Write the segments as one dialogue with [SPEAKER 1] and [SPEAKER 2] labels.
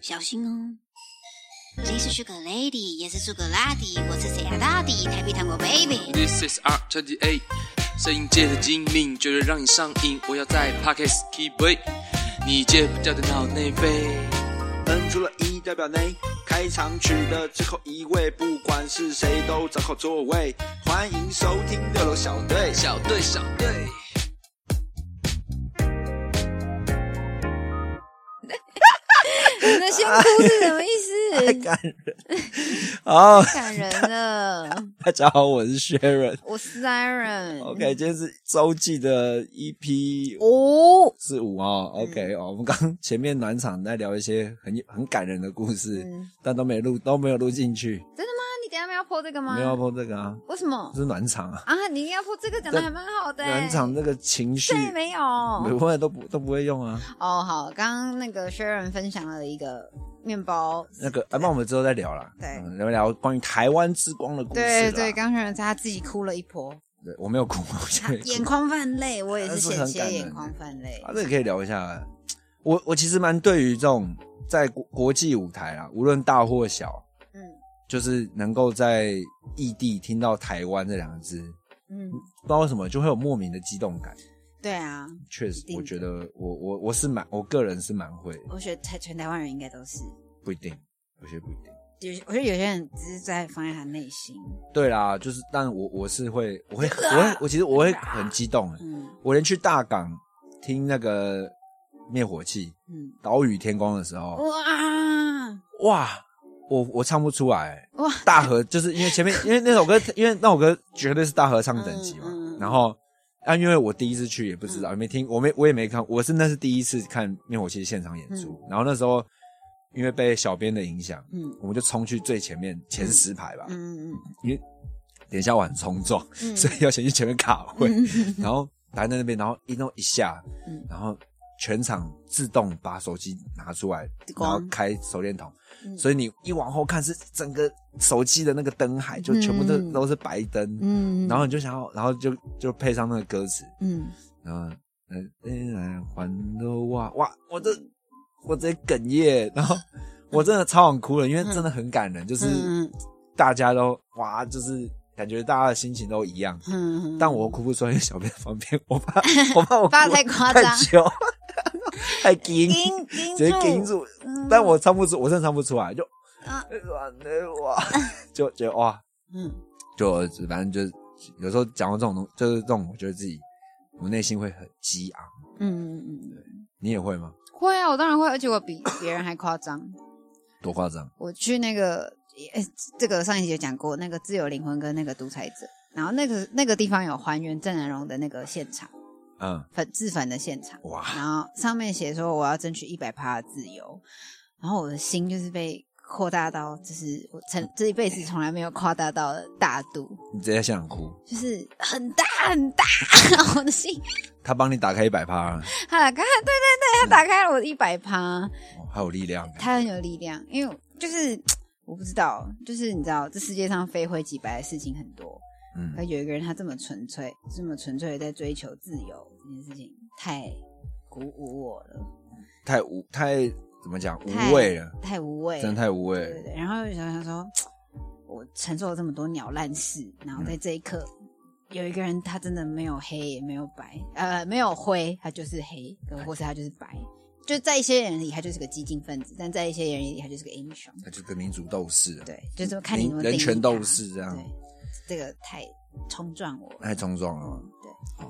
[SPEAKER 1] 小心哦。你是 Sugar Lady，也是 Sugar 拉蒂，我是谁啊大迪，台北糖果 Baby。
[SPEAKER 2] This is R 2 8 t 摄影界的精明，绝对让你上瘾。我要在 Pockets keep way，你戒不掉的脑内啡。
[SPEAKER 3] 摁出了一代表内。开场曲的最后一位，不管是谁都找好座位。欢迎收听六楼小队。
[SPEAKER 2] 小队，小队。
[SPEAKER 4] 你的先哭是什么意
[SPEAKER 5] 太
[SPEAKER 4] 思？
[SPEAKER 5] 感人。好，
[SPEAKER 4] 感人了，
[SPEAKER 5] 大家好，我是 Sharon。
[SPEAKER 4] 我是 Siren。
[SPEAKER 5] OK，今天是周记的 EP
[SPEAKER 4] 哦，
[SPEAKER 5] 是五哦。OK
[SPEAKER 3] 嗯
[SPEAKER 5] 哦，我们刚前面暖场在聊一些很很感人的故事，
[SPEAKER 4] 嗯
[SPEAKER 5] 但都没录，都没有录进去，
[SPEAKER 4] 真的吗？你等一下没有要破这个吗？
[SPEAKER 5] 没有要碰这个啊，
[SPEAKER 4] 为什么
[SPEAKER 5] 这是暖场啊，
[SPEAKER 4] 啊？你应该破这个，讲的还蛮好的、欸。
[SPEAKER 5] 暖场那个情绪，
[SPEAKER 4] 对，没有。
[SPEAKER 5] 每个人都不都不会用啊。
[SPEAKER 4] 哦，好，刚刚那个 Sharon 分享了一个面包，
[SPEAKER 5] 那个，啊，那我们之后再聊啦。
[SPEAKER 4] 对
[SPEAKER 5] 嗯聊一聊关于台湾之光的故事啦。
[SPEAKER 4] 对对，刚 Sharon 他自己哭了一波，
[SPEAKER 5] 对，我没有哭，我现
[SPEAKER 4] 他
[SPEAKER 5] 在也哭
[SPEAKER 4] 眼眶泛泪，我也是
[SPEAKER 5] 但是
[SPEAKER 4] 险
[SPEAKER 5] 很感
[SPEAKER 4] 些
[SPEAKER 5] 人
[SPEAKER 4] 眼眶泛泪
[SPEAKER 5] 啊，。这个可以聊一下。我我其实蛮对于这种在国国际舞台啊，无论大或小，
[SPEAKER 4] 嗯
[SPEAKER 5] 就是能够在异地听到台湾这两个字，不
[SPEAKER 4] 嗯，
[SPEAKER 5] 知道为什么就会有莫名的激动感。
[SPEAKER 4] 对啊，
[SPEAKER 5] 确实
[SPEAKER 4] 一，定
[SPEAKER 5] 我
[SPEAKER 4] 的
[SPEAKER 5] 觉得我我我是蛮，我个人是蛮会的，
[SPEAKER 4] 我觉得台全台湾人应该都是，
[SPEAKER 5] 不一定，有些不一定。
[SPEAKER 4] 有些我觉得有些人只是在放在他内心，
[SPEAKER 5] 对啦，就是，但我我是会，我会，我会，我其实我会很激动欸的，
[SPEAKER 4] 嗯
[SPEAKER 5] 我连去大港听那个灭火器
[SPEAKER 4] 嗯，
[SPEAKER 5] 《岛屿天光》的时
[SPEAKER 4] 哦
[SPEAKER 5] 候，
[SPEAKER 4] 哇
[SPEAKER 5] 哇，我我唱不出来、
[SPEAKER 4] 哇，
[SPEAKER 5] 大合就是因为前面，因 为那首歌，因为那首歌绝对是大合唱等级嘛。
[SPEAKER 4] 嗯嗯嗯
[SPEAKER 5] 然后，啊，因为我第一次去也不知道，也没听，我没我也没看，我是那是第一次看灭火器现场演出。然后那时候，因为被小编的影响，
[SPEAKER 4] 嗯
[SPEAKER 5] 我们就冲去最前面前十排吧，
[SPEAKER 4] 嗯嗯
[SPEAKER 5] 因为等一下我很冲撞，
[SPEAKER 4] 嗯，
[SPEAKER 5] 所以要先去前面卡位。
[SPEAKER 4] 嗯
[SPEAKER 5] 然后来在那边，然后一弄一下，
[SPEAKER 4] 嗯
[SPEAKER 5] 然后全场自动把手机拿出来，然
[SPEAKER 4] 光
[SPEAKER 5] 后开手电筒，
[SPEAKER 4] 嗯
[SPEAKER 5] 所以你一往后看是整个手机的那个灯海就全部都、
[SPEAKER 4] 嗯
[SPEAKER 5] 都是白灯，
[SPEAKER 4] 嗯，
[SPEAKER 5] 然后你就想要，然后就就配上那个歌词，
[SPEAKER 4] 嗯，
[SPEAKER 5] 然后嗯嗯欢乐哇哇，我这我直接哽咽，然后我真的超想哭了，因为真的很感人，就是
[SPEAKER 4] 嗯
[SPEAKER 5] 大家都哇，就是感觉大家的心情都一样，
[SPEAKER 4] 嗯，
[SPEAKER 5] 但我哭不出来，因为小编方便，我怕我怕我哭
[SPEAKER 4] 发得太夸张
[SPEAKER 5] 太久，太紧，
[SPEAKER 4] 盯盯
[SPEAKER 5] 直接紧
[SPEAKER 4] 住，
[SPEAKER 5] 住
[SPEAKER 4] 嗯。
[SPEAKER 5] 但我唱不出，我真的唱不出来，就
[SPEAKER 4] 啊
[SPEAKER 5] 软的哇，就觉得哇，
[SPEAKER 4] 嗯
[SPEAKER 5] 就反正就是有时候讲到这种东，就是这种，我觉得自己我内心会很激昂。
[SPEAKER 4] 嗯嗯嗯，
[SPEAKER 5] 你也会吗？
[SPEAKER 4] 会啊，我当然会，而且我比别人还夸张。
[SPEAKER 5] 多夸张！
[SPEAKER 4] 我去那个，诶这个上一集有讲过，那个自由灵魂跟那个独裁者，然后那个那个地方有还原郑南荣的那个现场，
[SPEAKER 5] 嗯，
[SPEAKER 4] 粉自焚的现场，
[SPEAKER 5] 哇，
[SPEAKER 4] 然后上面写说我要争取一百趴的自由，然后我的心就是被扩大到，就是我曾这一辈子从来没有扩大到的大度，
[SPEAKER 5] 你直接现场哭，
[SPEAKER 4] 就是很大很大，然后我的心，
[SPEAKER 5] 他帮你打开一百趴，
[SPEAKER 4] 他打开，对对对，他打开了我的一百趴，
[SPEAKER 5] 哦还有力量。
[SPEAKER 4] 他很有力量，因为就是我不知道，就是你知道，这世界上非灰即白的事情很多，
[SPEAKER 5] 嗯
[SPEAKER 4] 而，有一个人他这么纯粹，这么纯粹的在追求自由这件事情，太鼓舞我了，
[SPEAKER 5] 太无太怎么讲
[SPEAKER 4] 太
[SPEAKER 5] 无味了，
[SPEAKER 4] 太无味了，
[SPEAKER 5] 真的太无味
[SPEAKER 4] 对
[SPEAKER 5] 了
[SPEAKER 4] 对。对。然后就想想说，我承受了这么多鸟烂事，然后
[SPEAKER 5] 嗯
[SPEAKER 4] 在这一刻。有一个人，他真的没有黑也没有白，呃，没有灰，他就是黑，或是他就是白。就在一些人里，他就是个激进分子；但在一些人里，他就是个英雄。
[SPEAKER 5] 那就跟民族斗士啊，
[SPEAKER 4] 对，就是看你怎么
[SPEAKER 5] 人
[SPEAKER 4] 定义
[SPEAKER 5] 权斗
[SPEAKER 4] 它
[SPEAKER 5] 士这样哎
[SPEAKER 4] 对，这个太冲撞我了。
[SPEAKER 5] 太冲撞了嘛。
[SPEAKER 4] 对，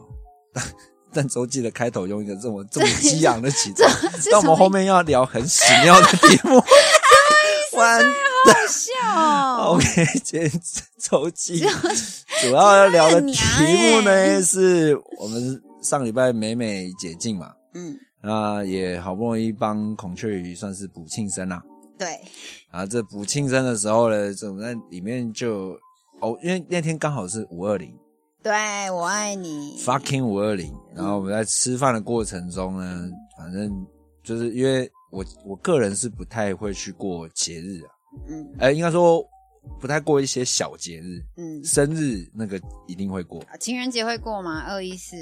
[SPEAKER 5] 但周记的开头用一个这么这么激昂的起头
[SPEAKER 4] 这 这是，
[SPEAKER 5] 但我们后面要聊很屎尿的题 目。 完
[SPEAKER 4] 好 笑哦！
[SPEAKER 5] ，OK，今天周记 主要要聊的题目 呢，是我们上礼拜美美解禁嘛，
[SPEAKER 4] 嗯，
[SPEAKER 5] 那也好不容易帮孔雀鱼算是补庆生啦、
[SPEAKER 4] 对，
[SPEAKER 5] 啊。这补庆生的时候呢，这我们在里面就哦，因为那天刚好是五二零，
[SPEAKER 4] 对我爱你。
[SPEAKER 5] fucking 五二零。然后我们在吃饭的过程中呢，反正就是因为我我个人是不太会去过节日啊，
[SPEAKER 4] 嗯
[SPEAKER 5] 呃，应该说不太过一些小节日，
[SPEAKER 4] 嗯，
[SPEAKER 5] 生日那个一定会过。
[SPEAKER 4] 啊情人节会过吗？二一四。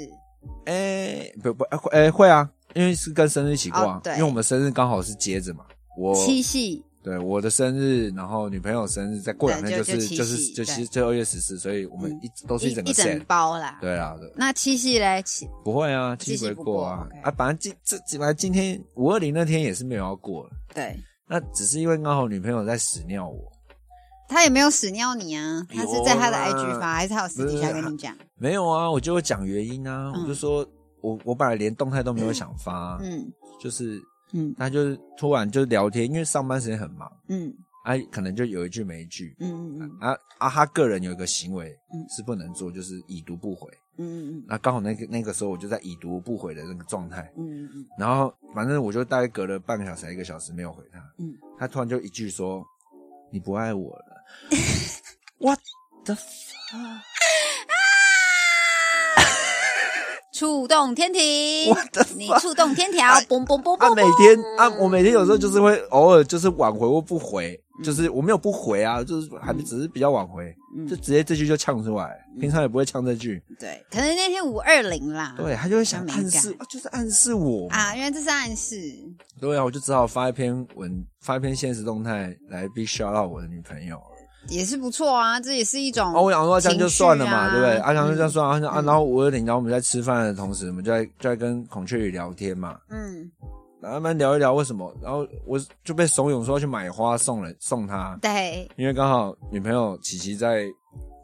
[SPEAKER 5] 哎、不不，哎、会哎会啊，因为是跟生日一起过啊，
[SPEAKER 4] 哦对
[SPEAKER 5] 因为我们生日刚好是接着嘛，我
[SPEAKER 4] 七夕
[SPEAKER 5] 对我的生日，然后女朋友生日，再过两天
[SPEAKER 4] 对
[SPEAKER 5] 就是
[SPEAKER 4] 就
[SPEAKER 5] 就是
[SPEAKER 4] 就七夕
[SPEAKER 5] 就其实就二月十四，所以我们
[SPEAKER 4] 嗯
[SPEAKER 5] 一都是
[SPEAKER 4] 一
[SPEAKER 5] 一整个
[SPEAKER 4] 一整
[SPEAKER 5] set。
[SPEAKER 4] 包啦。
[SPEAKER 5] 对啊，对，
[SPEAKER 4] 那七夕嘞，七
[SPEAKER 5] 不会啊，
[SPEAKER 4] 七
[SPEAKER 5] 七
[SPEAKER 4] 夕
[SPEAKER 5] 夕不
[SPEAKER 4] 不
[SPEAKER 5] 会
[SPEAKER 4] 过
[SPEAKER 5] 过啊
[SPEAKER 4] OK
[SPEAKER 5] 啊！反正今这这反正今天五二零那天也是没有要过了，
[SPEAKER 4] 对
[SPEAKER 5] 那只是因为刚好女朋友在屎尿我，
[SPEAKER 4] 他也没有屎尿你啊，他是在他的
[SPEAKER 5] 有啊
[SPEAKER 4] IG 发，还是他有私底下
[SPEAKER 5] 不是
[SPEAKER 4] 跟你讲？
[SPEAKER 5] 没有啊，我就有讲原因啊，
[SPEAKER 4] 嗯
[SPEAKER 5] 我就说我我本来连动态都没有想发啊、
[SPEAKER 4] 嗯
[SPEAKER 5] 就是
[SPEAKER 4] 嗯
[SPEAKER 5] 他就是突然就聊天，因为上班时间很忙，
[SPEAKER 4] 嗯
[SPEAKER 5] 啊，可能就有一句没一句
[SPEAKER 4] 嗯，嗯嗯
[SPEAKER 5] 啊啊，他个人有一个行为
[SPEAKER 4] 嗯
[SPEAKER 5] 是不能做，就是已读不回。
[SPEAKER 4] 嗯嗯
[SPEAKER 5] 那刚好那个那个时候我就在已读不回的那个状态，
[SPEAKER 4] 嗯嗯
[SPEAKER 5] 然后反正我就大概隔了半个小时、一个小时没有回他，
[SPEAKER 4] 嗯
[SPEAKER 5] 他突然就一句说：“你不爱我了。” What the fuck？What
[SPEAKER 1] 触动天 庭，
[SPEAKER 5] the
[SPEAKER 1] 你
[SPEAKER 5] fuck？
[SPEAKER 1] 触动天条，
[SPEAKER 4] 哎
[SPEAKER 1] 嘣嘣嘣
[SPEAKER 5] 啊，
[SPEAKER 1] 嘣
[SPEAKER 5] 每天啊，我每天有时候就是会偶尔就是挽回或不回，就是我没有不回啊，就是还只是比较挽回，
[SPEAKER 4] 嗯
[SPEAKER 5] 就直接这句就呛出来，平常也不会呛这句。
[SPEAKER 4] 嗯，对，可能那天五二零啦，
[SPEAKER 5] 对他就会想
[SPEAKER 4] 比较
[SPEAKER 5] 暗
[SPEAKER 4] 嗯敏感
[SPEAKER 5] 示，啊就是暗示我嘛。
[SPEAKER 4] 啊，因为这是暗示，
[SPEAKER 5] 对啊，我就只好发一篇文，发一篇现实动态来 big shout out 我的女朋友。
[SPEAKER 4] 也是不错啊，这也是一种
[SPEAKER 5] 哦，我想说这样就算了嘛，
[SPEAKER 4] 情绪啊
[SPEAKER 5] 对不对？啊，然后就这样算了，啊，
[SPEAKER 4] 嗯
[SPEAKER 5] 然后五二零，然后我们在吃饭的同时，我们就在就在跟孔雀鱼聊天嘛，
[SPEAKER 4] 嗯，
[SPEAKER 5] 然后慢慢聊一聊为什么，然后我就被怂恿说要去买花送了送她，
[SPEAKER 4] 对，
[SPEAKER 5] 因为刚好女朋友琪琪在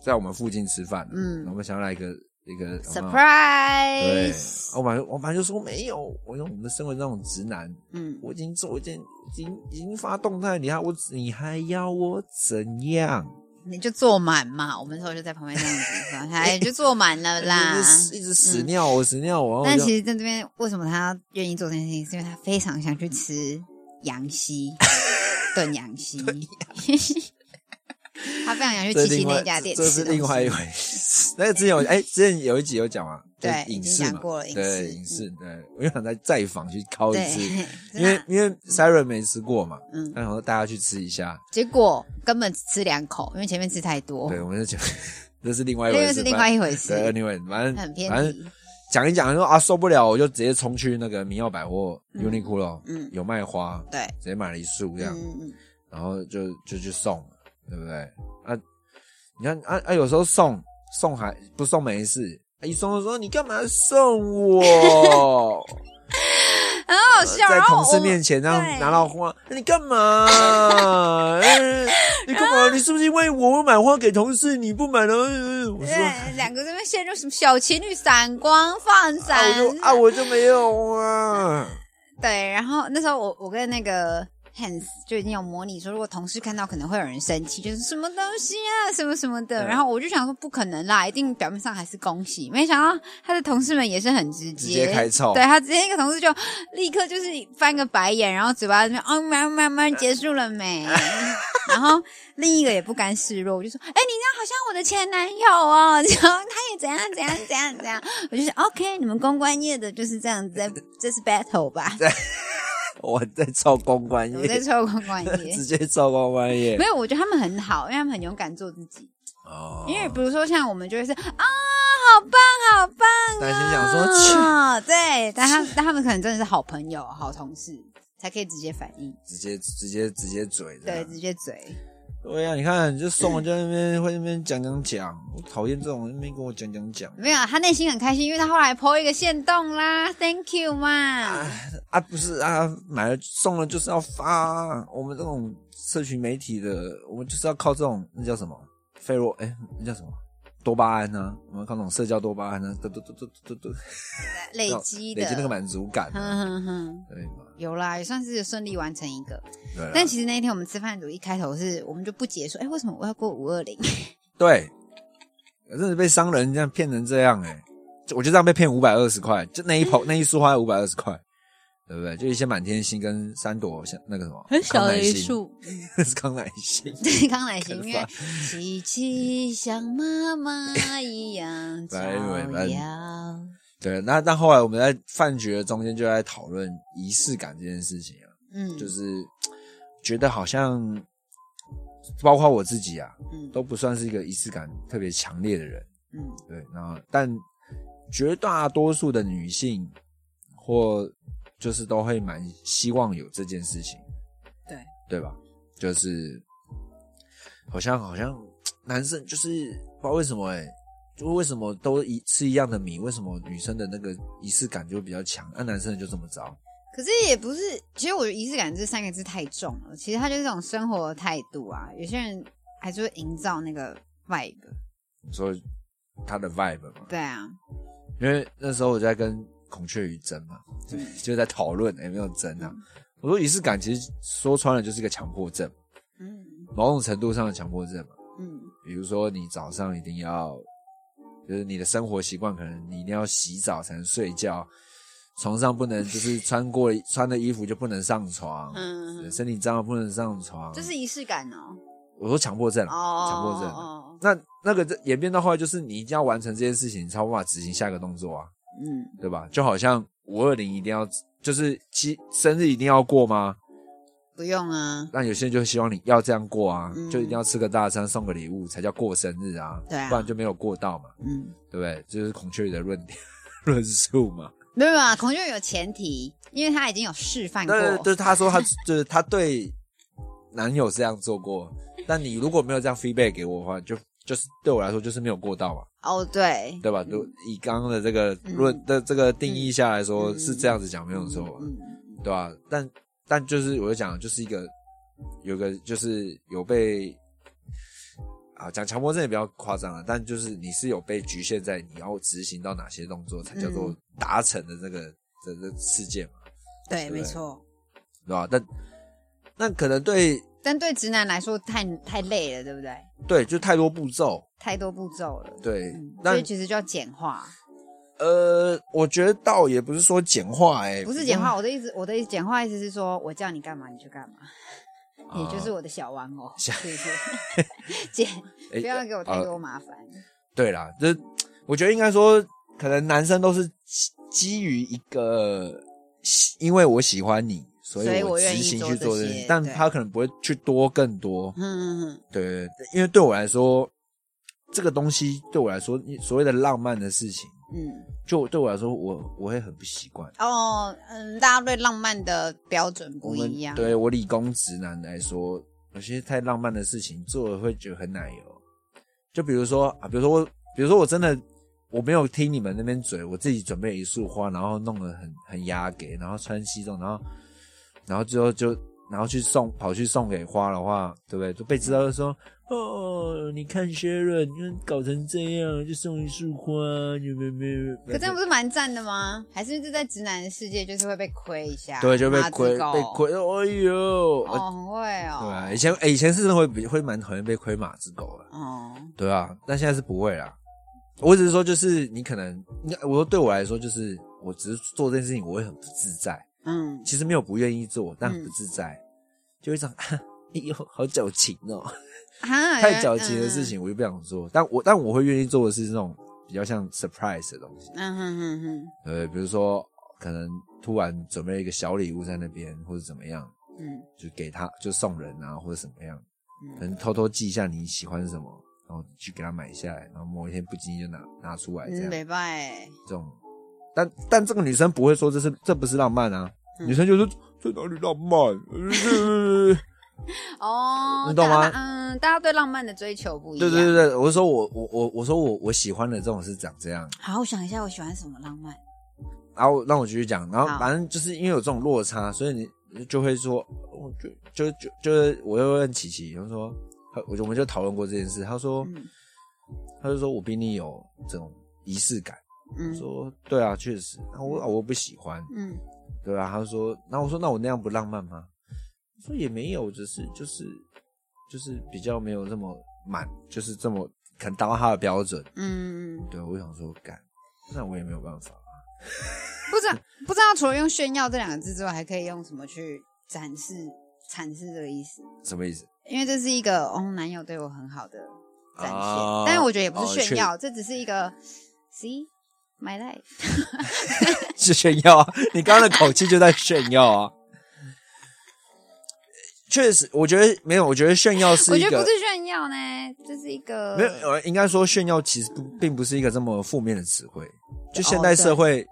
[SPEAKER 5] 在我们附近吃饭，
[SPEAKER 4] 嗯
[SPEAKER 5] 嗯，我们想要来一个一个有没有哦对，
[SPEAKER 4] surprise，
[SPEAKER 5] 啊我本来我本来就说没有，我用我们身为那种直男，
[SPEAKER 4] 嗯，
[SPEAKER 5] 我已经做，我已经已经已经发动态，你还我你还要我怎样？
[SPEAKER 4] 你就坐满嘛，我们那时候就在旁边这样子 说，哎，你就坐满了啦
[SPEAKER 5] 一
[SPEAKER 4] 嗯
[SPEAKER 5] 直。屎一直屎尿我，屎尿我。然
[SPEAKER 4] 但
[SPEAKER 5] 后我就
[SPEAKER 4] 其实在这边，为什么他愿意做这件事情，是因为他非常想去吃羊膝炖羊膝， 他非常想去
[SPEAKER 5] 这
[SPEAKER 4] 七
[SPEAKER 5] 是
[SPEAKER 4] 七
[SPEAKER 5] 另
[SPEAKER 4] 那
[SPEAKER 5] 外
[SPEAKER 4] 家店
[SPEAKER 5] 这
[SPEAKER 4] 吃
[SPEAKER 5] 是
[SPEAKER 4] 东西。
[SPEAKER 5] 另外一回事。 那个之前有哎，之前有一集有讲嘛，就
[SPEAKER 4] 对
[SPEAKER 5] 是影视
[SPEAKER 4] 已经
[SPEAKER 5] 嘛
[SPEAKER 4] 讲过了，影视嗯
[SPEAKER 5] 对影视，对，我又想再再访去敲一
[SPEAKER 4] 对
[SPEAKER 5] 次，，
[SPEAKER 4] 真
[SPEAKER 5] 因
[SPEAKER 4] 的
[SPEAKER 5] 为
[SPEAKER 4] 啊
[SPEAKER 5] 因为 Siren 没吃过嘛，
[SPEAKER 4] 嗯，
[SPEAKER 5] 然后大家去吃一下，
[SPEAKER 4] 结果根本只吃两口，因为前面吃太多，
[SPEAKER 5] 对，我们就讲 这是另外一
[SPEAKER 4] 这
[SPEAKER 5] 回
[SPEAKER 4] 又是
[SPEAKER 5] 事，
[SPEAKER 4] 哦另外一回事，
[SPEAKER 5] 对，anyway，反正
[SPEAKER 4] 很偏
[SPEAKER 5] 反正
[SPEAKER 4] 题。
[SPEAKER 5] 讲一讲说啊受不了，我就直接冲去那个民耀百货
[SPEAKER 4] 嗯
[SPEAKER 5] Uniqlo，
[SPEAKER 4] 嗯
[SPEAKER 5] 有卖花，
[SPEAKER 4] 对，
[SPEAKER 5] 直接买了一束这样，
[SPEAKER 4] 嗯嗯
[SPEAKER 5] 然后就就去送了，对不对？啊，你看啊啊，有时候送送还不送没事，啊一送就说你干嘛送我？
[SPEAKER 4] 嗯，很好笑。
[SPEAKER 5] 呃在
[SPEAKER 4] 然后
[SPEAKER 5] 同
[SPEAKER 4] 我
[SPEAKER 5] 事面前这样
[SPEAKER 4] 对
[SPEAKER 5] 拿到花，啊你干嘛？ 嗯你干嘛？你是不是因为我买花给同事，你不买了？嗯我说。
[SPEAKER 4] 啊对两个这边陷入什么小情侣闪光放
[SPEAKER 5] 啊，
[SPEAKER 4] 闪，
[SPEAKER 5] 我就啊，我就没有啊。
[SPEAKER 4] 对，然后那时候我我跟那个 Hans 就已经有模拟说，如果同事看到可能会有人生气，就是什么东西啊，什么什么的。
[SPEAKER 5] 嗯
[SPEAKER 4] 然后我就想说不可能啦，一定表面上还是恭喜。没想到他的同事们也是很直
[SPEAKER 5] 直
[SPEAKER 4] 接，
[SPEAKER 5] 接开臭
[SPEAKER 4] 对他直接一个同事就立刻就是翻个白眼，然后嘴巴在那边哦慢慢慢结束了 没？然后另一个也不甘示弱，我就说：“哎、你那好像我的前男友哦，然后他也怎样怎样怎样怎样。”我就说：“OK，你们公关业的就是这样子在，这是 battle 吧？
[SPEAKER 5] 我在照公关
[SPEAKER 4] 我在
[SPEAKER 5] 业，
[SPEAKER 4] 抽公 关
[SPEAKER 5] 直
[SPEAKER 4] 业。
[SPEAKER 5] 接照公关业
[SPEAKER 4] 没。有，我觉得他们很好，因为他们很勇敢做自己。
[SPEAKER 5] 哦
[SPEAKER 4] 因为比如说像我们就会是啊，好棒，好棒
[SPEAKER 5] 但心想说，切
[SPEAKER 4] 啊！对，但他但他们可能真的是好朋友、好同事，才可以直接反应，
[SPEAKER 5] 直接直接直接嘴这
[SPEAKER 4] 对，
[SPEAKER 5] 样。
[SPEAKER 4] 直接嘴。
[SPEAKER 5] 对啊呀、你看，你就送我在那边会那边讲讲讲，我讨厌这种那边跟我讲讲讲
[SPEAKER 4] 没有，啊他内心很开心，因为他后来 PO 一个线动啦，Thank you 嘛。
[SPEAKER 5] 啊，不是啊，买了送了就是要发啊、我们这种社群媒体的，我们就是要靠这种那叫什么费洛哎，那叫什么多巴胺呢、我们靠那种社交多巴胺呢、啊嘟嘟嘟嘟嘟嘟，
[SPEAKER 4] 累积的，嗯
[SPEAKER 5] 累积那个满足感、
[SPEAKER 4] 哼
[SPEAKER 5] 啊，
[SPEAKER 4] 哼哼，
[SPEAKER 5] 对嘛？
[SPEAKER 4] 有啦，也算是顺利完成一个。
[SPEAKER 5] 对啊，
[SPEAKER 4] 但其实那一天我们吃饭组一开头是我们就不解说，哎、为什么我要过五二 零？
[SPEAKER 5] 对，真的被商人这样骗成这样哎、就我就这样被骗五百二十块，就那一捧那一束花五百二十块，对不对？就一些满天星跟三朵像那个什么康乃馨，是 康乃馨，
[SPEAKER 4] 对， 康乃馨，因为
[SPEAKER 5] 吧
[SPEAKER 4] 琪琪像妈妈一样照
[SPEAKER 5] 来来来
[SPEAKER 4] 耀。
[SPEAKER 5] 对。那那后来我们在饭局的中间就在讨论仪式感这件事情啊，
[SPEAKER 4] 嗯，
[SPEAKER 5] 就是觉得好像包括我自己啊，
[SPEAKER 4] 嗯
[SPEAKER 5] 都不算是一个仪式感特别强烈的人。
[SPEAKER 4] 嗯
[SPEAKER 5] 对，然后但绝大多数的女性或就是都会蛮希望有这件事情，
[SPEAKER 4] 对，
[SPEAKER 5] 对吧？就是好像好像男生就是不知道为什么哎、就为什么都一吃一样的米，为什么女生的那个仪式感就会比较强，那、男生的就这么糟？
[SPEAKER 4] 可是也不是，其实我觉得仪式感这三个字太重了。其实它就是一种生活的态度啊。有些人还是会营造那个 vibe，
[SPEAKER 5] 你说他的 vibe 嘛？
[SPEAKER 4] 对啊，
[SPEAKER 5] 因为那时候我在跟孔雀鱼争嘛， 对，就在讨论有没有争啊。我说仪式感其实说穿了就是一个强迫症，
[SPEAKER 4] 嗯
[SPEAKER 5] 某种程度上的强迫症嘛。
[SPEAKER 4] 嗯
[SPEAKER 5] 比如说你早上一定要，就是你的生活习惯，可能你一定要洗澡才能睡觉，床上不能就是穿过穿的衣服就不能上床，
[SPEAKER 4] 嗯，
[SPEAKER 5] 身体脏了不能上床。
[SPEAKER 4] 这是仪式感哦。
[SPEAKER 5] 我说强迫症啊，
[SPEAKER 4] 哦，
[SPEAKER 5] 强迫症啊。
[SPEAKER 4] 哦，
[SPEAKER 5] 那那个这演变到后来，就是你一定要完成这件事情，你才有办法执行下一个动作啊。
[SPEAKER 4] 嗯，
[SPEAKER 5] 对吧？就好像五二零一定要，就是七生日一定要过吗？
[SPEAKER 4] 不用啊，
[SPEAKER 5] 那有些人就希望你要这样过啊，
[SPEAKER 4] 嗯
[SPEAKER 5] 就一定要吃个大餐，送个礼物才叫过生日啊，
[SPEAKER 4] 对啊
[SPEAKER 5] 不然就没有过到嘛，
[SPEAKER 4] 嗯，
[SPEAKER 5] 对不对？这就是孔雀鱼的论点 论述嘛。
[SPEAKER 4] 没有没有，孔雀有前提，因为他已经有示范过，
[SPEAKER 5] 但就是他说他就是他对男友这样做过，但你如果没有这样 feedback 给我的话，就就是对我来说就是没有过到嘛，
[SPEAKER 4] 哦，对，
[SPEAKER 5] 对吧？就以刚刚的这个论的这个定义下来说，
[SPEAKER 4] 嗯
[SPEAKER 5] 是这样子讲没有错嘛。
[SPEAKER 4] 嗯，
[SPEAKER 5] 对吧、但但就是我就讲，就是一个有个就是有被啊讲强迫症也比较夸张了，但就是你是有被局限在你要执行到哪些动作才叫做
[SPEAKER 4] 嗯
[SPEAKER 5] 达成的这个的这事件嘛，
[SPEAKER 4] 对，
[SPEAKER 5] 不对
[SPEAKER 4] 没错。
[SPEAKER 5] 对吧、但那可能对
[SPEAKER 4] 但对直男来说太太累了，对不对？
[SPEAKER 5] 对，就太多步骤，
[SPEAKER 4] 太多步骤了，
[SPEAKER 5] 对
[SPEAKER 4] 嗯，所
[SPEAKER 5] 但
[SPEAKER 4] 以其实就要简化，
[SPEAKER 5] 呃，我觉得倒也不是说简化、欸，
[SPEAKER 4] 不是简化。我的意思，我的简化意思是说，我叫你干嘛你就干嘛，
[SPEAKER 5] 啊
[SPEAKER 4] 你就是我的小玩偶，
[SPEAKER 5] 小
[SPEAKER 4] 是不是？ 姐，
[SPEAKER 5] 哎
[SPEAKER 4] 不要给我太
[SPEAKER 5] 呃
[SPEAKER 4] 多麻烦。
[SPEAKER 5] 对啦，这我觉得应该说，可能男生都是基基于一个，喜因为我喜欢你，所
[SPEAKER 4] 所以
[SPEAKER 5] 以
[SPEAKER 4] 我愿
[SPEAKER 5] 执
[SPEAKER 4] 意
[SPEAKER 5] 行
[SPEAKER 4] 做
[SPEAKER 5] 去
[SPEAKER 4] 这
[SPEAKER 5] 做这
[SPEAKER 4] 些
[SPEAKER 5] 件事，但
[SPEAKER 4] 对
[SPEAKER 5] 他可能不会去多更多。
[SPEAKER 4] 嗯嗯
[SPEAKER 5] 对对对，因为对我来说，这个东西对我来说，你所谓的浪漫的事情，
[SPEAKER 4] 嗯，
[SPEAKER 5] 就对我来说，我我会很不习惯。
[SPEAKER 4] 哦，嗯，大家对浪漫的标准
[SPEAKER 5] 我
[SPEAKER 4] 不
[SPEAKER 5] 们
[SPEAKER 4] 一样，
[SPEAKER 5] 对我理工直男来说，有些太浪漫的事情做了会觉得很奶油。就比如说啊，比如说我，比如说我真的我没有听你们那边嘴，我自己准备了一束花，然后弄得很很压给，然后穿西装，然后然后最后就然后去送跑去送给花的话，对不对？就被知道就说。哦，你看 Sharon，你看搞成这样，就送一束花，你们没有？
[SPEAKER 4] 可这样不是蛮赞的吗？还是就在直男的世界就是会被亏一下，
[SPEAKER 5] 对，就被
[SPEAKER 4] 马子
[SPEAKER 5] 亏
[SPEAKER 4] 狗
[SPEAKER 5] 被，亏，哎呦，
[SPEAKER 4] 哦，很会哦，
[SPEAKER 5] 对啊，以前、欸以前是真的会比会蛮讨厌被亏马子狗的，
[SPEAKER 4] 哦，
[SPEAKER 5] 对啊，但现在是不会啦。我只是说，就是你可能，你我说对我来说，就是我只是做这件事情，我会很不自在。
[SPEAKER 4] 嗯，
[SPEAKER 5] 其实没有不愿意做，但
[SPEAKER 4] 嗯
[SPEAKER 5] 不自在，就会想， 哎呦，好矫情哦，
[SPEAKER 4] 啊
[SPEAKER 5] 太矫情的事，情我就不想做。但我但我会愿意做的是那种比较像 surprise 的东西，
[SPEAKER 4] 嗯哼哼哼，
[SPEAKER 5] 呃，比如说可能突然准备一个小礼物在那边，或者怎么样，
[SPEAKER 4] 嗯
[SPEAKER 5] 就给他就送人啊，或者怎么样。可
[SPEAKER 4] 嗯
[SPEAKER 5] 能偷偷记一下你喜欢什么，然后去给他买下来，然后某一天不经意就拿拿出来这
[SPEAKER 4] 嗯，
[SPEAKER 5] 样、
[SPEAKER 4] 没拜，
[SPEAKER 5] 这种。但但这个女生不会说这是这不是浪漫啊，
[SPEAKER 4] 嗯
[SPEAKER 5] 女生就说这哪里浪漫？呃
[SPEAKER 4] 哦，
[SPEAKER 5] 你懂吗
[SPEAKER 4] 大家嗯，大家对浪漫的追求不一
[SPEAKER 5] 对
[SPEAKER 4] 样。
[SPEAKER 5] 对对对，我说我我我我说我我喜欢的这种是长这样，
[SPEAKER 4] 好，我想一下，我喜欢什么浪漫？
[SPEAKER 5] 然后让我继续讲，然后
[SPEAKER 4] 好
[SPEAKER 5] 反正就是因为有这种落差，所以你就会说，我就就就就是我又问琪琪，我就说，她我就我们就讨论过这件事，她说，
[SPEAKER 4] 嗯
[SPEAKER 5] 她就说我比你有这种仪式感。我
[SPEAKER 4] 嗯
[SPEAKER 5] 说对啊，确实。那我我不喜欢，
[SPEAKER 4] 嗯，
[SPEAKER 5] 对啊。他说，那我说那我那样不浪漫吗？我说也没有，只是就是就是比较没有那么满，就是这么可能达到他的标准。
[SPEAKER 4] 嗯，
[SPEAKER 5] 对，我想说干，那我也没有办法。
[SPEAKER 4] 不知道不知道，除了用炫耀这两个字之外，还可以用什么去展示阐释这个意思？
[SPEAKER 5] 什么意思？
[SPEAKER 4] 因为这是一个哦，男友对我很好的展现，
[SPEAKER 5] 哦
[SPEAKER 4] 但是我觉得也不
[SPEAKER 5] 哦
[SPEAKER 4] 是炫耀，这只是一个 see my life。
[SPEAKER 5] 是炫耀啊！你刚刚的口气就在炫耀 啊。确实，我觉得没有，我觉得炫耀是
[SPEAKER 4] 我
[SPEAKER 5] 一
[SPEAKER 4] 觉得
[SPEAKER 5] 个
[SPEAKER 4] 不是炫耀呢，这是一个
[SPEAKER 5] 没有，呃应该说炫耀其实不并不是一个这么负面的词汇。就现代
[SPEAKER 4] 对
[SPEAKER 5] 社会，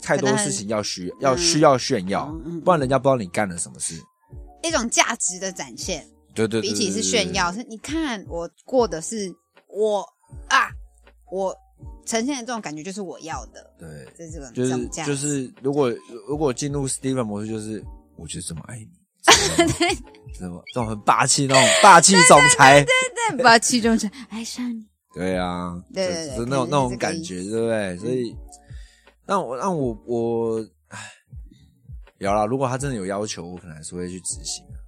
[SPEAKER 5] 太
[SPEAKER 4] 可
[SPEAKER 5] 多
[SPEAKER 4] 能
[SPEAKER 5] 事情要需要
[SPEAKER 4] 嗯
[SPEAKER 5] 需要炫耀
[SPEAKER 4] 嗯嗯，
[SPEAKER 5] 不然人家不知道你干了什么事。
[SPEAKER 4] 一种价值的展现，
[SPEAKER 5] 对对，对
[SPEAKER 4] 比起是炫耀，，是你看我过的是我啊，我呈现的这种感觉就是我要的，
[SPEAKER 5] 对对，对
[SPEAKER 4] 这是这个
[SPEAKER 5] 就
[SPEAKER 4] 这
[SPEAKER 5] 是
[SPEAKER 4] 种价值
[SPEAKER 5] 就是，如果如果进入 Steven 模式， 就是我就是这么爱你，什么这种很霸气那种霸气总裁，
[SPEAKER 4] 对，把其中是爱上你，
[SPEAKER 5] 对啊，
[SPEAKER 4] 对
[SPEAKER 5] 就
[SPEAKER 4] 对对
[SPEAKER 5] 就那种那
[SPEAKER 4] 可能是这
[SPEAKER 5] 种
[SPEAKER 4] 个
[SPEAKER 5] 感
[SPEAKER 4] 意嗯
[SPEAKER 5] 觉，对不对？所以让我让我我，唉，有啦，如果他真的有要求，我可能还是会去执行啊。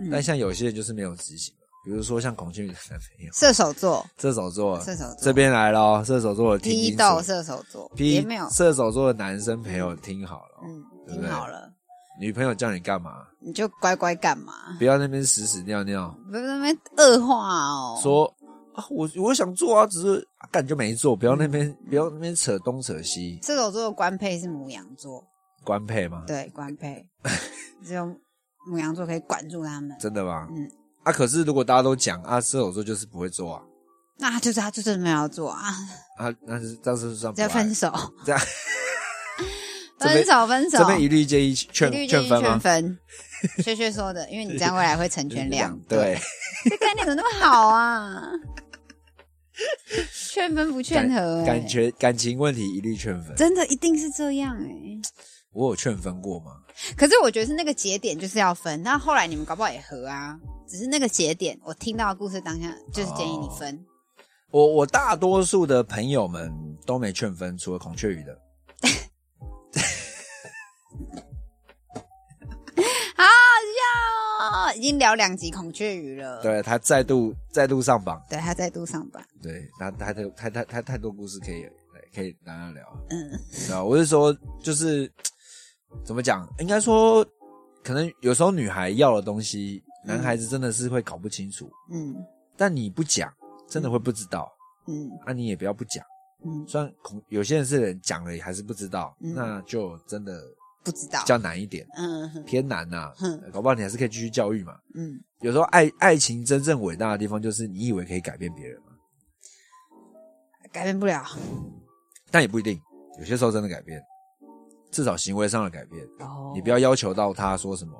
[SPEAKER 4] 嗯
[SPEAKER 5] 但像有些人就是没有执行，比如说像孔雀的男朋友，
[SPEAKER 4] 射手座，
[SPEAKER 5] 射手座，
[SPEAKER 4] 射手座
[SPEAKER 5] 这边来了哦，射手座的听
[SPEAKER 4] 批
[SPEAKER 5] 清
[SPEAKER 4] 斗
[SPEAKER 5] 楚
[SPEAKER 4] 射手座
[SPEAKER 5] 批
[SPEAKER 4] 也没有，
[SPEAKER 5] 射手座的男生朋友听好了哦，
[SPEAKER 4] 嗯，
[SPEAKER 5] 对不
[SPEAKER 4] 挺
[SPEAKER 5] 对
[SPEAKER 4] 好了，
[SPEAKER 5] 女朋友叫你干嘛？
[SPEAKER 4] 你就乖乖干嘛？
[SPEAKER 5] 不要那边屎屎尿尿，
[SPEAKER 4] 不是那边恶化哦，
[SPEAKER 5] 说啊，我我想做啊，只是啊干、就没做，不要那边、
[SPEAKER 4] 嗯
[SPEAKER 5] 不要那边扯东扯西，
[SPEAKER 4] 射手座的官配是母羊座，
[SPEAKER 5] 官配吗？
[SPEAKER 4] 对，官 配只有母羊座可以管住他们，
[SPEAKER 5] 真的吗？
[SPEAKER 4] 嗯
[SPEAKER 5] 啊，可是如果大家都讲啊，射手座就是不会做啊，
[SPEAKER 4] 那就是他就是没有要做啊，
[SPEAKER 5] 啊，那是这样是不是算不
[SPEAKER 4] 再
[SPEAKER 5] 爱
[SPEAKER 4] 分手，
[SPEAKER 5] 这 样这
[SPEAKER 4] 分
[SPEAKER 5] 边
[SPEAKER 4] 手分手
[SPEAKER 5] 这，边一律建议劝
[SPEAKER 4] 一律建
[SPEAKER 5] 劝
[SPEAKER 4] 议
[SPEAKER 5] 分吗？
[SPEAKER 4] 分。薛薛说的，因为你这样未来会成全两
[SPEAKER 5] 对，
[SPEAKER 4] 这概念怎么那么好啊？ 劝分不劝和、欸，
[SPEAKER 5] 感觉感情问题一律劝分。
[SPEAKER 4] 真的一定是这样哎、
[SPEAKER 5] 我有劝分过吗？
[SPEAKER 4] 可是我觉得是那个节点就是要分，那后来你们搞不好也和啊，只是那个节点，我听到的故事当下就是建议你分，
[SPEAKER 5] 我我大多数的朋友们都没劝分，除了孔雀鱼的。哦
[SPEAKER 4] 好笑哦！已经聊两集孔雀鱼了，
[SPEAKER 5] 对他再度再度上榜，
[SPEAKER 4] 对，他在度上班，
[SPEAKER 5] 对他他他他他他太多故事可以可以拿来聊，
[SPEAKER 4] 嗯，
[SPEAKER 5] 对啊，我是说就是怎么讲，应该说可能有时候女孩要的东西，男孩子真的是会搞不清楚，
[SPEAKER 4] 嗯
[SPEAKER 5] 但你不讲，真的会不知道，
[SPEAKER 4] 嗯
[SPEAKER 5] 啊，你也不要不讲，
[SPEAKER 4] 嗯，
[SPEAKER 5] 虽然恐有些人是人讲了也还是不知道，
[SPEAKER 4] 嗯
[SPEAKER 5] 那就真的
[SPEAKER 4] 不知道
[SPEAKER 5] 比，较难一点，
[SPEAKER 4] 嗯哼
[SPEAKER 5] 偏难呐、
[SPEAKER 4] 嗯
[SPEAKER 5] 搞不好你还是可以继续教育嘛。
[SPEAKER 4] 嗯，
[SPEAKER 5] 有时候爱爱情真正伟大的地方，就是你以为可以改变别人嘛，
[SPEAKER 4] 改变不了
[SPEAKER 5] 但也不一定，有些时候真的改变，至少行为上的改变。
[SPEAKER 4] 哦
[SPEAKER 5] 你不要要求到他说什么，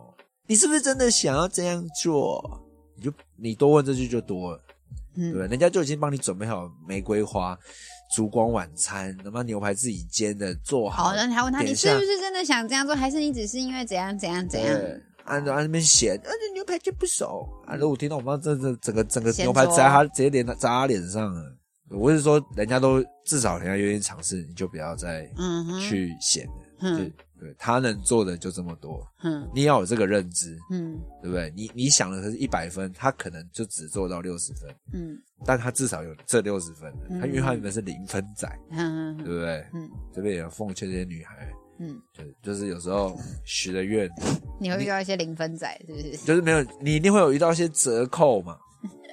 [SPEAKER 5] 你是不是真的想要这样做？你就你多问这句就多了，对不对？
[SPEAKER 4] 嗯
[SPEAKER 5] 人家就已经帮你准备好玫瑰花、烛光晚餐，他妈牛排自己煎的做好。
[SPEAKER 4] 好，然后还问他，
[SPEAKER 5] 点
[SPEAKER 4] 你是不
[SPEAKER 5] 上
[SPEAKER 4] 是真的想这样做，还是你只是因为怎样怎样怎样？
[SPEAKER 5] 对，按照按那边咸，啊，这牛排就不熟啊！如果我听到我妈这这整个整个
[SPEAKER 4] 咸
[SPEAKER 5] 牛排
[SPEAKER 4] 粥
[SPEAKER 5] 砸他，直接脸砸他脸上了。我是说，人家都至少人家愿意尝试，你就不要再
[SPEAKER 4] 嗯哼，
[SPEAKER 5] 去咸了。对
[SPEAKER 4] 嗯
[SPEAKER 5] 对，他能做的就这么多，
[SPEAKER 4] 嗯
[SPEAKER 5] 你要有这个认知，
[SPEAKER 4] 嗯
[SPEAKER 5] 对不对？你你想的可是一百分，他可能就只做到六十分，
[SPEAKER 4] 嗯
[SPEAKER 5] 但他至少有这六十分，
[SPEAKER 4] 嗯
[SPEAKER 5] 他因为他原本是零分仔，
[SPEAKER 4] 嗯
[SPEAKER 5] 对不对？
[SPEAKER 4] 嗯
[SPEAKER 5] 这边也要奉劝这些女孩，
[SPEAKER 4] 嗯，
[SPEAKER 5] 就就是有时候许的愿。
[SPEAKER 4] 你会遇到一些零分仔，是不是？
[SPEAKER 5] 就是没有，你一定会有遇到一些折扣嘛，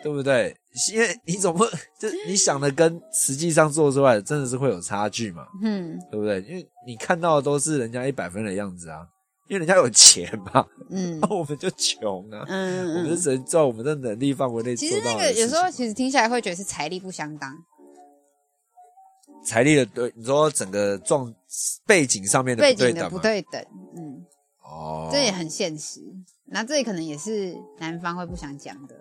[SPEAKER 5] 对不对？因为你总不就是你想的跟实际上做出来的真的是会有差距嘛，
[SPEAKER 4] 嗯
[SPEAKER 5] 对不对？因为你看到的都是人家一百分的样子啊，因为人家有钱嘛，
[SPEAKER 4] 嗯
[SPEAKER 5] 那、我们就穷啊，我
[SPEAKER 4] 嗯
[SPEAKER 5] 们
[SPEAKER 4] 嗯。
[SPEAKER 5] 是人在我们的能力范围内
[SPEAKER 4] 其
[SPEAKER 5] 做
[SPEAKER 4] 实
[SPEAKER 5] 到
[SPEAKER 4] 那
[SPEAKER 5] 的
[SPEAKER 4] 个
[SPEAKER 5] 事情
[SPEAKER 4] 有时候其实听下来会觉得是财力不相当，
[SPEAKER 5] 财力的对，你说整个状背景上面的
[SPEAKER 4] 背
[SPEAKER 5] 不对
[SPEAKER 4] 景
[SPEAKER 5] 等
[SPEAKER 4] 的
[SPEAKER 5] 嘛
[SPEAKER 4] 不对等，嗯，
[SPEAKER 5] 哦，
[SPEAKER 4] 这也很现实。那这可能也是男方会不想讲的，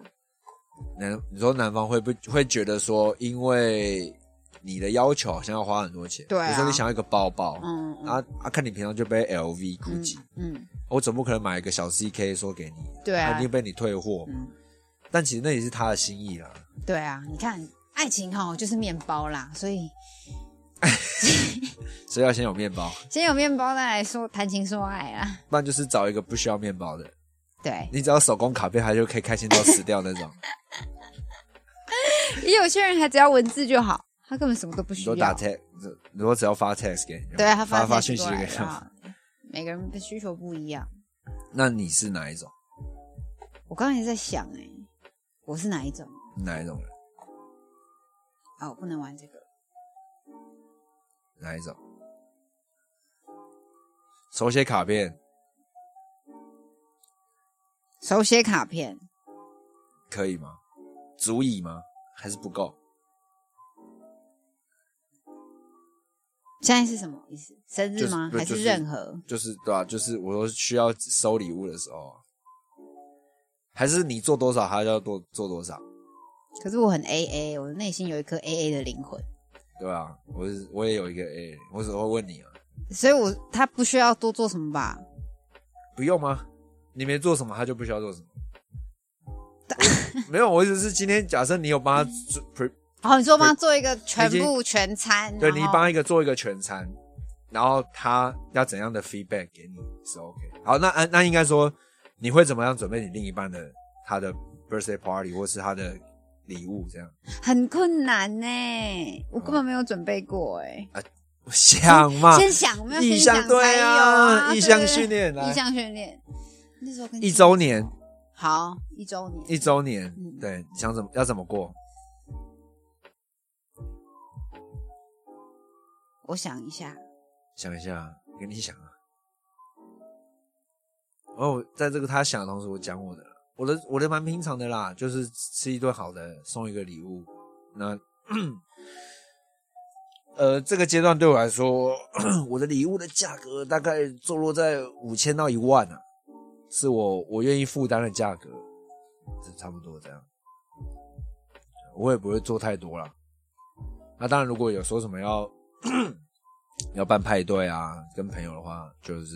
[SPEAKER 5] 男你说男方会不会觉得说，因为你的要求好像要花很多钱，
[SPEAKER 4] 对啊
[SPEAKER 5] 比如说你想要一个包包，
[SPEAKER 4] 嗯嗯
[SPEAKER 5] 啊啊，看你平常就背 LV、
[SPEAKER 4] 嗯
[SPEAKER 5] GUCCI，、
[SPEAKER 4] 嗯，
[SPEAKER 5] 哦我总不可能买一个小 CK 说给你，
[SPEAKER 4] 对啊
[SPEAKER 5] 一定被你退货嘛。
[SPEAKER 4] 嗯
[SPEAKER 5] 但其实那也是他的心意啦，
[SPEAKER 4] 对啊，你看爱情哈就是面包啦，所以
[SPEAKER 5] 所以要先有面包，
[SPEAKER 4] 先有面包再来说谈情说爱啦，
[SPEAKER 5] 不然就是找一个不需要面包的，
[SPEAKER 4] 对，
[SPEAKER 5] 你只要手工卡片，他就可以开心到死掉那 种。
[SPEAKER 4] 也有些人还只要文字就好，他根本什么都不
[SPEAKER 5] 你
[SPEAKER 4] 需
[SPEAKER 5] 说
[SPEAKER 4] 要。
[SPEAKER 5] 打 text，如果只要发 text 给你，
[SPEAKER 4] 对啊，他
[SPEAKER 5] 发
[SPEAKER 4] 发
[SPEAKER 5] 讯息
[SPEAKER 4] 过来
[SPEAKER 5] 给
[SPEAKER 4] 的
[SPEAKER 5] 他，
[SPEAKER 4] 啊每个人的需求不一样。
[SPEAKER 5] 那你是哪一种？
[SPEAKER 4] 我刚才在想、哎，我是哪一种？
[SPEAKER 5] 哪一种人？
[SPEAKER 4] 哦，我不能玩这个。
[SPEAKER 5] 哪一种？手写卡片
[SPEAKER 4] 手写卡片
[SPEAKER 5] 可以吗？足以吗？还是不够？
[SPEAKER 4] 现在是什么意思？生日
[SPEAKER 5] 就是
[SPEAKER 4] 吗？
[SPEAKER 5] 不
[SPEAKER 4] 还
[SPEAKER 5] 就是
[SPEAKER 4] 任何？
[SPEAKER 5] 就是对吧、就是我说需要收礼物的时候啊，还是你做多少，他就要多做多少，
[SPEAKER 4] 可是我很 A A，我内心有一颗 A A 的灵魂，
[SPEAKER 5] 对吧、我是我也有一个 A，我只会问你啊，
[SPEAKER 4] 所以我他不需要多做什么吧？
[SPEAKER 5] 不用吗？你没做什么，他就不需要做什么。我没有，我只是今天假设你有帮他做 pre
[SPEAKER 4] 哦，你说帮他做一个全部全餐，
[SPEAKER 5] 对
[SPEAKER 4] 然
[SPEAKER 5] 你
[SPEAKER 4] 后
[SPEAKER 5] 帮一个做一个全餐，然后他要怎样的 feedback 给你是 OK。好，那啊那应该说你会怎么样准备你另一半的他的 birthday party 或是他的礼物这样？
[SPEAKER 4] 很困难呢、
[SPEAKER 5] 嗯
[SPEAKER 4] 我根本没有准备过哎、
[SPEAKER 5] 我想嘛，
[SPEAKER 4] 先想，我们要先
[SPEAKER 5] 啊意
[SPEAKER 4] 想
[SPEAKER 5] 向
[SPEAKER 4] 才
[SPEAKER 5] 对
[SPEAKER 4] 有啊，
[SPEAKER 5] 意
[SPEAKER 4] 对
[SPEAKER 5] 向
[SPEAKER 4] 对对
[SPEAKER 5] 训练来
[SPEAKER 4] 意向训练，那时候跟
[SPEAKER 5] 一周年，
[SPEAKER 4] 好一周年，
[SPEAKER 5] 一周年
[SPEAKER 4] 嗯，
[SPEAKER 5] 对，想怎么要怎么过？
[SPEAKER 4] 我想一下，
[SPEAKER 5] 想一下，给你想啊。哦，在这个他想的同时，我讲我的了，我的我的蛮平常的啦，就是吃一顿好的，送一个礼物。那呃，这个阶段对我来说， 我的礼物的价格大概坐落在五千到一万啊，是我我愿意负担的价格，是差不多这样。我也不会做太多啦。那当然，如果有说什么要要办派对啊，跟朋友的话，就是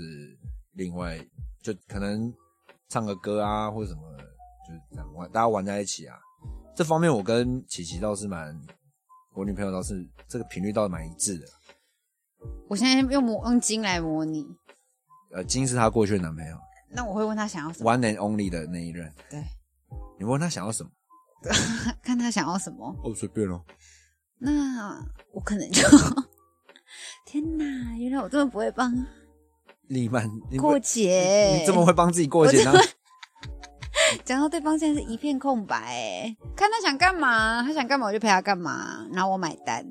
[SPEAKER 5] 另外就可能唱个歌啊，或者什么的，就是这样玩，大家玩在一起啊。这方面我跟琪琪倒是蛮，我女朋友倒是这个频率倒是蛮一致的。
[SPEAKER 4] 我现在用模用金来模拟，
[SPEAKER 5] 呃，金是她过去的男朋友
[SPEAKER 4] 那我会问他想要什么，
[SPEAKER 5] ，one and only 的那一任。
[SPEAKER 4] 对，
[SPEAKER 5] 你问她想要什么？
[SPEAKER 4] 看看他想要什么。
[SPEAKER 5] 哦，随便咯。
[SPEAKER 4] 那我可能就， 天哪，原来我这么不会帮
[SPEAKER 5] 另一半，你不
[SPEAKER 4] 过节，
[SPEAKER 5] 你这么会帮自己过节呢
[SPEAKER 4] 我？讲到对方现在是一片空白、欸，看他想干嘛，他想干嘛我就陪他干嘛，然后我买单。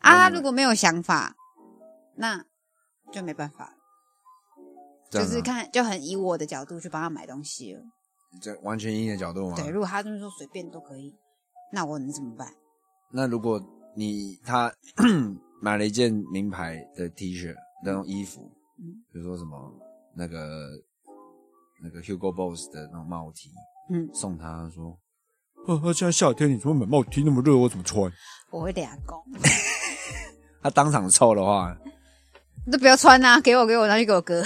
[SPEAKER 4] 啊，
[SPEAKER 5] 嗯
[SPEAKER 4] 如果没有想法，那就没办法了，
[SPEAKER 5] 这
[SPEAKER 4] 就
[SPEAKER 5] 样啊
[SPEAKER 4] 是看就很以我的角度去帮他买东西了。
[SPEAKER 5] 这完全阴的角度吗？
[SPEAKER 4] 对，如果他这么说随便都可以，那我能怎么办？
[SPEAKER 5] 那如果你他 买了一件名牌的 T 恤那种衣服，
[SPEAKER 4] 嗯
[SPEAKER 5] 比如说什么那个那个 Hugo Boss 的那种帽 T，
[SPEAKER 4] 嗯，
[SPEAKER 5] 送他他说，
[SPEAKER 6] 呃，现在夏天，你怎么买帽 T 那么热，我怎么穿？
[SPEAKER 4] 我会俩公，
[SPEAKER 5] 他当场臭的话，
[SPEAKER 4] 你都不要穿啊，给我给我拿去给我哥。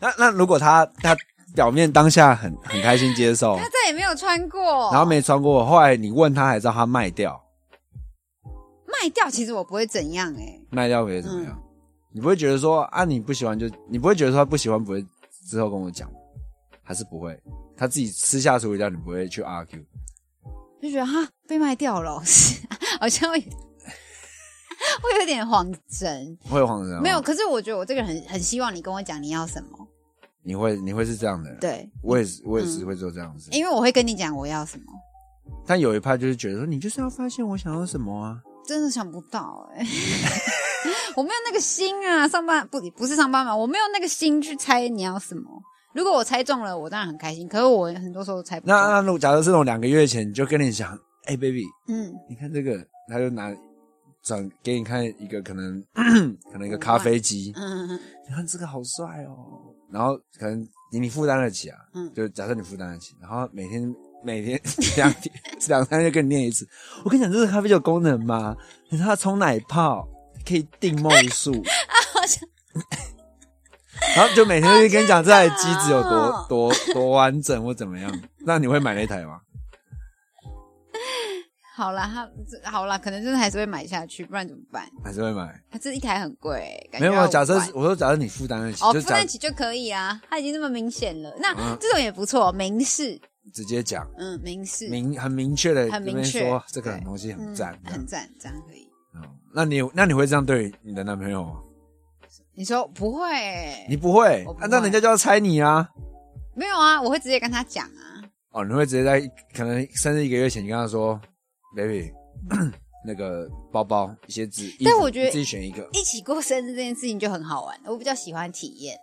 [SPEAKER 5] 那那如果他他表面当下很很开心接受，
[SPEAKER 4] 他再也没有穿过，
[SPEAKER 5] 然后没穿过，后来你问他还知道他卖掉，
[SPEAKER 4] 卖掉，其实我不会怎样哎、欸
[SPEAKER 5] 卖掉会怎么样？你不会觉得说啊你不喜欢就你不会觉得说他不喜欢不会之后跟我讲，还是不会？他自己私下处理掉，你不会去 argue。
[SPEAKER 4] 就觉得哈被卖掉了， 好像会会有点慌神。
[SPEAKER 5] 会有慌张吗？
[SPEAKER 4] 没有，，可是我觉得我这个人很很希望你跟我讲你要什么，
[SPEAKER 5] 你会你会是这样的人。，
[SPEAKER 4] 对，嗯
[SPEAKER 5] 我也是，我也是会做这样的事。
[SPEAKER 4] 因为我会跟你讲我要什么，
[SPEAKER 5] 但有一派就是觉得说，你就是要发现我想要什么啊。
[SPEAKER 4] 真的想不到 哎、我没有那个心啊，上班不不是上班嘛，我没有那个心去猜你要什么。如果我猜中了，我当然很开心，可是我很多时候猜不
[SPEAKER 5] 那
[SPEAKER 4] 中。
[SPEAKER 5] 那如果假设是那种两个月前你就跟你讲，哎、b a b y
[SPEAKER 4] 嗯，
[SPEAKER 5] 你看这个，他就拿转给你看一个可能 可能一个
[SPEAKER 4] 五万
[SPEAKER 5] 咖啡机，
[SPEAKER 4] 嗯，
[SPEAKER 5] 你看这个好帅哦。然后可能你你负担得起啊，
[SPEAKER 4] 嗯
[SPEAKER 5] 就假设你负担得起，然后每天。每天两天两三天就跟你念一次，我跟你讲，这个咖啡就有功能吗？你知道它冲奶泡可以定梦 数，
[SPEAKER 4] 啊好像
[SPEAKER 5] 然后就每天就跟你讲这台机子有
[SPEAKER 4] 好
[SPEAKER 5] 多多多完整或怎么样，那你会买那台吗？
[SPEAKER 4] 好啦，他这好啦，可能真的还是会买下去，不然怎么办？
[SPEAKER 5] 还是会买？
[SPEAKER 4] 他这一台很贵、感
[SPEAKER 5] 没
[SPEAKER 4] 觉
[SPEAKER 5] 有，没
[SPEAKER 4] 要
[SPEAKER 5] 有。
[SPEAKER 4] 五
[SPEAKER 5] 假设
[SPEAKER 4] 万
[SPEAKER 5] 是我说，假设你负担得起，
[SPEAKER 4] 哦，
[SPEAKER 5] 就
[SPEAKER 4] 负
[SPEAKER 5] 假
[SPEAKER 4] 担起就可以啊，他已经那么明显了，那、
[SPEAKER 5] 嗯
[SPEAKER 4] 这种也不错，明示，
[SPEAKER 5] 直接讲
[SPEAKER 4] 嗯，明示，
[SPEAKER 5] 明很明确的，
[SPEAKER 4] 很明确
[SPEAKER 5] 说这个
[SPEAKER 4] 对
[SPEAKER 5] 东西很
[SPEAKER 4] 嗯
[SPEAKER 5] 赞。这样
[SPEAKER 4] 很赞，这样可以。
[SPEAKER 5] 嗯那你那你会这样对你的男朋友吗？
[SPEAKER 4] 你说不会、
[SPEAKER 5] 你不会
[SPEAKER 4] 哎我不，会
[SPEAKER 5] 按照人家就要猜你啊。
[SPEAKER 4] 没有啊？我会直接跟他讲啊，
[SPEAKER 5] 哦，你会直接在可能甚至一个月前，你跟他说，baby，那个包包、鞋子，衣
[SPEAKER 4] 但
[SPEAKER 5] 服
[SPEAKER 4] 我觉得
[SPEAKER 5] 你自己选一个。
[SPEAKER 4] 一起过生日这件事情就很好玩，我比较喜欢体验。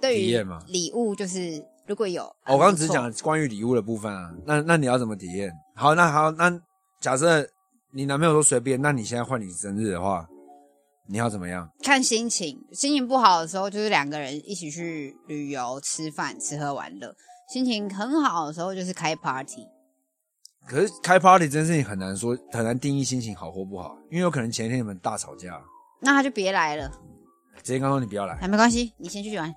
[SPEAKER 4] 对
[SPEAKER 5] 体
[SPEAKER 4] 于
[SPEAKER 5] 验嘛
[SPEAKER 4] 礼物，就是如果有，
[SPEAKER 5] 哦我刚刚只是
[SPEAKER 4] 很不错
[SPEAKER 5] 讲关于礼物的部分啊，那那你要怎么体验？好，那好，那假设你男朋友说随便，那你现在换你生日的话，你要怎么样？
[SPEAKER 4] 看心情，心情不好的时候就是两个人一起去旅游、吃饭、吃喝玩乐；心情很好的时候就是开 party。
[SPEAKER 5] 可是开 party 这件事情很难说，很难定义心情好或不好，因为有可能前一天你们大吵架，
[SPEAKER 4] 那他就别来了，
[SPEAKER 5] 直接跟他说你不要来，
[SPEAKER 4] 啊，没关系，你先去玩。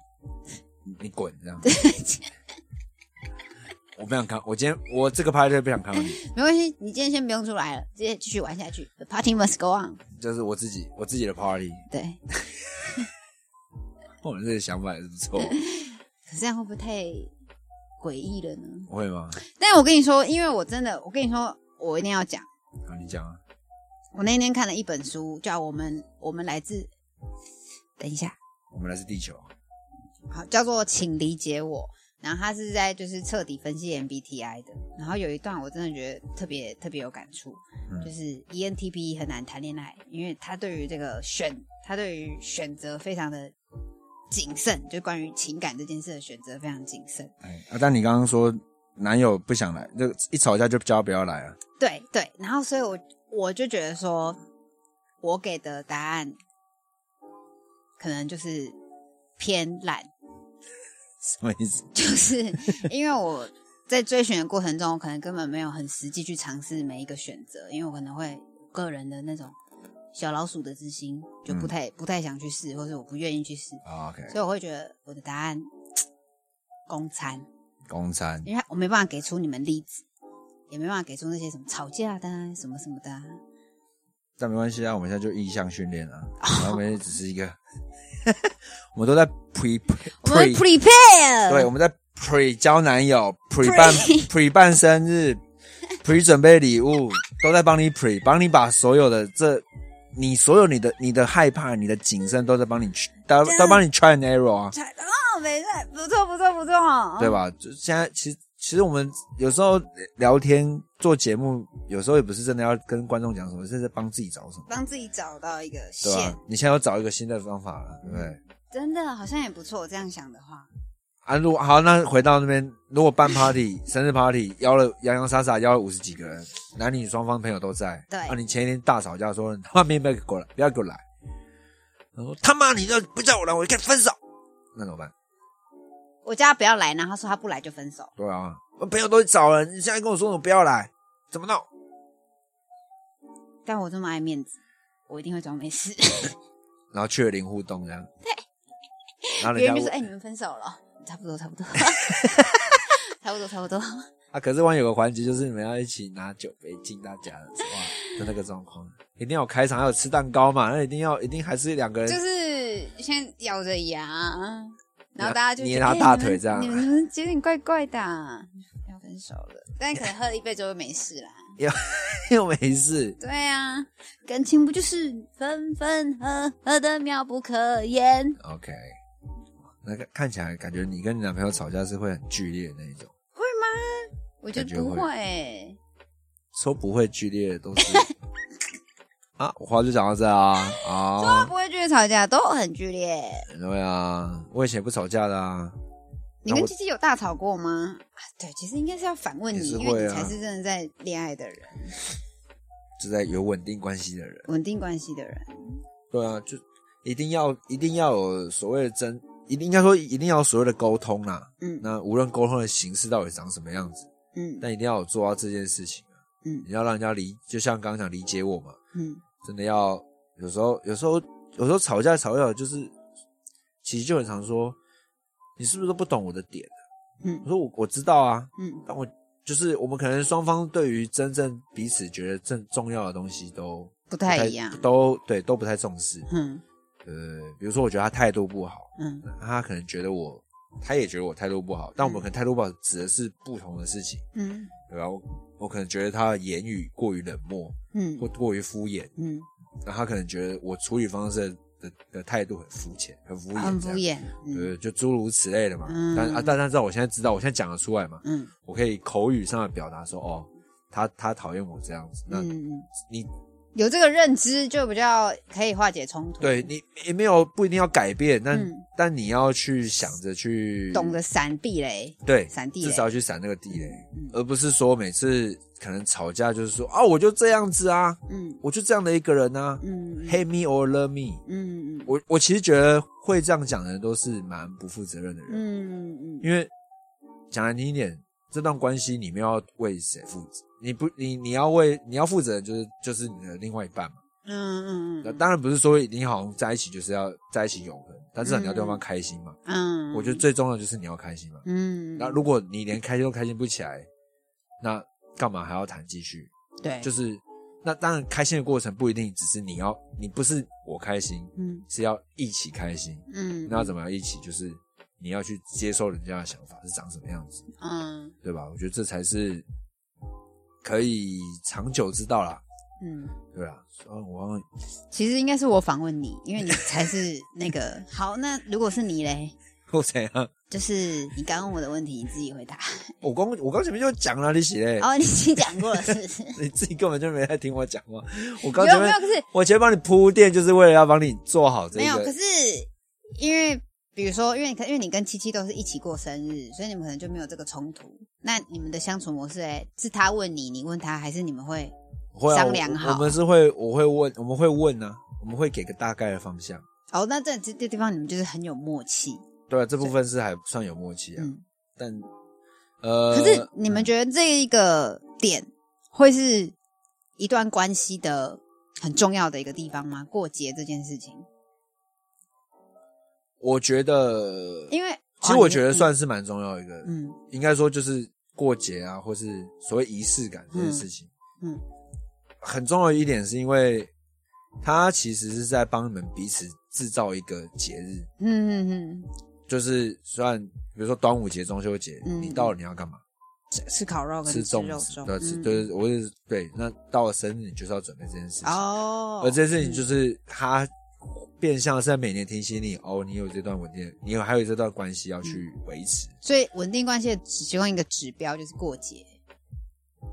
[SPEAKER 5] 你你滚这样。 我不想看，我今天我这个 party 不想看到你，
[SPEAKER 4] 没关系，你今天先不用出来了，直接继续玩下去。The party must go on。
[SPEAKER 5] 就是我自己我自己的 party。
[SPEAKER 4] 对，
[SPEAKER 5] 我这个想法也是不错，
[SPEAKER 4] 可是这样会不会太诡异了呢？
[SPEAKER 5] 会吗？
[SPEAKER 4] 但我跟你说，因为我真的，我跟你说，我一定要讲。
[SPEAKER 5] 好，你讲啊。
[SPEAKER 4] 我那天看了一本书，叫《我们我们来自》，等一下，
[SPEAKER 5] 我们来自地球，啊
[SPEAKER 4] 好，叫做《请理解我》。然后他是在就是彻底分析 MBTI 的。然后有一段我真的觉得特别特别有感触，
[SPEAKER 5] 嗯
[SPEAKER 4] 就是 E ENTP 很难谈恋爱，因为他对于这个选，他对于选择非常的谨慎，就关于情感这件事的选择非常谨慎。
[SPEAKER 5] 哎啊！但你刚刚说男友不想来，就一吵架就叫他不要来啊。
[SPEAKER 4] 对对，然后所以我我就觉得说，我给的答案可能就是偏懒，
[SPEAKER 5] 什么意思？
[SPEAKER 4] 就是因为我在追寻的过程中，我可能根本没有很实际去尝试每一个选择，因为我可能会个人的那种小老鼠的之心，就
[SPEAKER 5] 嗯
[SPEAKER 4] 不太、不太想去试，或者我不愿意去试，
[SPEAKER 5] 啊 OK，
[SPEAKER 4] 所以我会觉得我的答案公餐，
[SPEAKER 5] 公餐
[SPEAKER 4] 因为我没办法给出你们例子，也没办法给出那些什么吵架的、啊、什么什么的、啊。
[SPEAKER 5] 但没关系啊，我们现在就意向训练啊，然后我们也只是一个， 我们都在 pre
[SPEAKER 4] 我们
[SPEAKER 5] pre，
[SPEAKER 4] prepare，
[SPEAKER 5] 对，我们在 pre 交男友，pre 办 pre 办生日，pre 准备礼物，都在帮你 pre，帮你把所有的这。你所有你的你的害怕、你的谨慎都在帮你去，都都帮你 try and error 啊，
[SPEAKER 4] 才哦，没错，不错，不错，不错哦，
[SPEAKER 5] 对吧？就现在其实其实我们有时候聊天做节目，有时候也不是真的要跟观众讲什么，是在帮自己找什么，
[SPEAKER 4] 帮自己找到一个
[SPEAKER 5] 对啊
[SPEAKER 4] 线
[SPEAKER 5] 吧，？你现在要找一个新的方法了，对不对？
[SPEAKER 4] 真的好像也不错。这样想的话，
[SPEAKER 5] 啊，如果好，那回到那边，如果办 party 生日 party 邀了洋洋洒洒邀了五十几个人，男女双方朋友都在，
[SPEAKER 4] 对
[SPEAKER 5] 啊，你前一天大吵架说他妈没不要给我来，不要给我来，然后他妈你要不叫我来，我就跟你分手，那怎么办？
[SPEAKER 4] 我叫他不要来，然后他说他不来就分手。
[SPEAKER 5] 对啊，我朋友都找了，你现在跟我说我不要来，怎么弄？
[SPEAKER 4] 但我这么爱面子，我一定会装没事。
[SPEAKER 5] 然后去了零互动这样，然后
[SPEAKER 4] 别
[SPEAKER 5] 人
[SPEAKER 4] 人
[SPEAKER 5] 家
[SPEAKER 4] 就说：“
[SPEAKER 5] 问
[SPEAKER 4] 哎、你们分手了，差不多，差 不多，差不多，差不多。
[SPEAKER 5] 啊，可是万一有个环节就是你们要一起拿酒杯敬大家的，哇，就那个状况，一定要有开场，还有吃蛋糕嘛，那一定要一定还是两个”人
[SPEAKER 4] 就是先咬着牙，然后大家就觉
[SPEAKER 5] 捏
[SPEAKER 4] 得
[SPEAKER 5] 他
[SPEAKER 4] 哎
[SPEAKER 5] 大腿这样
[SPEAKER 4] 你们你们有点怪怪的啊、要分手了。但可能喝了一杯就会没事啦。
[SPEAKER 5] 又 没事。
[SPEAKER 4] 对啊，感情不就是分分合合的妙不可言？
[SPEAKER 5] OK，那个看起来感觉你跟你男朋友吵架是会很剧烈的那一种，
[SPEAKER 4] 我觉
[SPEAKER 5] 感
[SPEAKER 4] 得
[SPEAKER 5] 觉
[SPEAKER 4] 不
[SPEAKER 5] 会
[SPEAKER 4] 会欸、
[SPEAKER 5] 说不会剧烈的都 是啊，我话就讲到这啊啊，
[SPEAKER 4] 不会剧烈吵架，都很剧烈。
[SPEAKER 5] 对啊，我以前也不吵架的啊，
[SPEAKER 4] 你
[SPEAKER 5] 那
[SPEAKER 4] 跟
[SPEAKER 5] 我
[SPEAKER 4] 七七有大吵过吗？啊，对，其实应该是要反问
[SPEAKER 5] 也
[SPEAKER 4] 你，
[SPEAKER 5] 是
[SPEAKER 4] 因为
[SPEAKER 5] 会
[SPEAKER 4] 你
[SPEAKER 5] 啊
[SPEAKER 4] 才是真的在恋爱的人，
[SPEAKER 5] 就在有稳定关系的人，
[SPEAKER 4] 稳定关系的人。
[SPEAKER 5] 对啊，就一定要一定要有所谓的真，一定应该说一定要有所谓的沟通啦。
[SPEAKER 4] 嗯
[SPEAKER 5] 那无论沟通的形式到底长什么样子，
[SPEAKER 4] 嗯
[SPEAKER 5] 但一定要有做到这件事情啊。
[SPEAKER 4] 嗯
[SPEAKER 5] 你要让人家理，就像刚刚讲理解我嘛，
[SPEAKER 4] 嗯，
[SPEAKER 5] 真的要有时候，有时候，有时候吵架吵架就是，其实就很常说，你是不是都不懂我的点？
[SPEAKER 4] 嗯
[SPEAKER 5] 我说我我知道啊，
[SPEAKER 4] 嗯
[SPEAKER 5] 但我就是我们可能双方对于真正彼此觉得正重要的东西都
[SPEAKER 4] 不
[SPEAKER 5] 不
[SPEAKER 4] 太一样。
[SPEAKER 5] 都对都不太重视。
[SPEAKER 4] 嗯
[SPEAKER 5] 呃，比如说我觉得他态度不好，
[SPEAKER 4] 嗯
[SPEAKER 5] 他可能觉得我，他也觉得我态度不好，但我们
[SPEAKER 4] 嗯
[SPEAKER 5] 可能态度不好指的是不同的事情，
[SPEAKER 4] 嗯
[SPEAKER 5] 对吧？我我可能觉得他的言语过于冷漠，
[SPEAKER 4] 嗯
[SPEAKER 5] 或过于敷衍。
[SPEAKER 4] 嗯，
[SPEAKER 5] 那他可能觉得我处理方式的的的态度很肤浅、很敷衍、
[SPEAKER 4] 很敷，衍。嗯
[SPEAKER 5] 呃，就诸如此类的嘛。
[SPEAKER 4] 嗯
[SPEAKER 5] 但啊，但他知道我现在知道，我现在讲得出来嘛，
[SPEAKER 4] 嗯
[SPEAKER 5] 我可以口语上的表达说，哦，他他讨厌我这样子，那
[SPEAKER 4] 嗯嗯
[SPEAKER 5] 你
[SPEAKER 4] 有这个认知，就比较可以化解冲突。
[SPEAKER 5] 对，你也没有不一定要改变，但、
[SPEAKER 4] 嗯
[SPEAKER 5] 但你要去想着去
[SPEAKER 4] 懂得闪避嘞。
[SPEAKER 5] 对
[SPEAKER 4] 闪地雷嗯
[SPEAKER 5] 至少要去闪那个地雷，而不是说每次可能吵架就是说啊，我就这样子啊，
[SPEAKER 4] 嗯
[SPEAKER 5] 我就这样的一个人啊、
[SPEAKER 4] 嗯
[SPEAKER 5] h a t e me or love me。
[SPEAKER 4] 嗯嗯
[SPEAKER 5] 我我其实觉得会这样讲的人都是蛮不负责任的人，
[SPEAKER 4] 嗯嗯
[SPEAKER 5] 因为讲难听一点，这段关系你们要为谁负责？你不你你要为你要负责的就是就是你的另外一半嘛。
[SPEAKER 4] 嗯
[SPEAKER 5] 那
[SPEAKER 4] 嗯
[SPEAKER 5] 当然不是说一定好像在一起就是要在一起永恒，但至少你要对方开心嘛。
[SPEAKER 4] 嗯，
[SPEAKER 5] 我觉得最重要就是你要开心嘛。
[SPEAKER 4] 嗯，
[SPEAKER 5] 那如果你连开心都开心不起来，那干嘛还要谈继续？
[SPEAKER 4] 对，
[SPEAKER 5] 就是是那当然开心的过程不一定只是你要，你不是我开心，
[SPEAKER 4] 嗯
[SPEAKER 5] 是要一起开心。
[SPEAKER 4] 嗯，
[SPEAKER 5] 那要怎么样一起？就是你要去接受人家的想法是长什么样子，
[SPEAKER 4] 嗯
[SPEAKER 5] 对吧？我觉得这才是可以长久之道啦，
[SPEAKER 4] 嗯，
[SPEAKER 5] 对吧？哦，我好像
[SPEAKER 4] 其实应该是我访问你，因为你才是那个好。那如果是你嘞，
[SPEAKER 5] 我怎样？
[SPEAKER 4] 就是你刚问我的问题，你自己回答。
[SPEAKER 5] 我刚我刚前面就讲了，你写嘞，
[SPEAKER 4] 哦，你已经讲过了，是不是？
[SPEAKER 5] 你自己根本就没在听我讲话。我刚
[SPEAKER 4] 没
[SPEAKER 5] 前
[SPEAKER 4] 有没
[SPEAKER 5] 面
[SPEAKER 4] 有，可是
[SPEAKER 5] 我前面帮你铺垫，就是为了要帮你做好这
[SPEAKER 4] 没有，可
[SPEAKER 5] 个。
[SPEAKER 4] 是因为比如说，因为可因为你跟七七都是一起过生日，所以你们可能就没有这个冲突。那你们的相处模式，哎，是他问你，你问他，还是你们会？
[SPEAKER 5] 会啊
[SPEAKER 4] 商量好
[SPEAKER 5] 我，我们是会，我会问，我们会问呢、我们会给个大概的方向。
[SPEAKER 4] 哦，那这这这地方你们就是很有默契，
[SPEAKER 5] 对、啊，这部分是还算有默契啊。
[SPEAKER 4] 嗯。
[SPEAKER 5] 但呃，
[SPEAKER 4] 可是你们觉得这一个点会是一段关系的很重要的一个地方吗？过节这件事情，
[SPEAKER 5] 我觉得，
[SPEAKER 4] 因为
[SPEAKER 5] 其实我觉
[SPEAKER 4] 哦
[SPEAKER 5] 得
[SPEAKER 4] 你
[SPEAKER 5] 算是蛮重要一个，
[SPEAKER 4] 嗯
[SPEAKER 5] 应该说就是过节啊，或是所谓仪式感这件事情，
[SPEAKER 4] 嗯嗯
[SPEAKER 5] 很重要一点是因为它其实是在帮你们彼此制造一个节日，
[SPEAKER 4] 嗯嗯嗯
[SPEAKER 5] 就是虽然比如说端午节、中秋节，
[SPEAKER 4] 嗯
[SPEAKER 5] 你到了你要干嘛？
[SPEAKER 4] 嗯，吃烤肉跟
[SPEAKER 5] 吃
[SPEAKER 4] 肉
[SPEAKER 5] 粽子，
[SPEAKER 4] 粽，
[SPEAKER 5] 对，吃
[SPEAKER 4] 嗯
[SPEAKER 5] 对，我是对。那到了生日，你就是要准备这件事情，
[SPEAKER 4] 哦，
[SPEAKER 5] 而这件事情就是它变相是在每年提醒你，哦，你有这段稳定，你有还有这段关系要去
[SPEAKER 4] 嗯
[SPEAKER 5] 维持。
[SPEAKER 4] 所以稳定关系的只其中一个指标就是过节，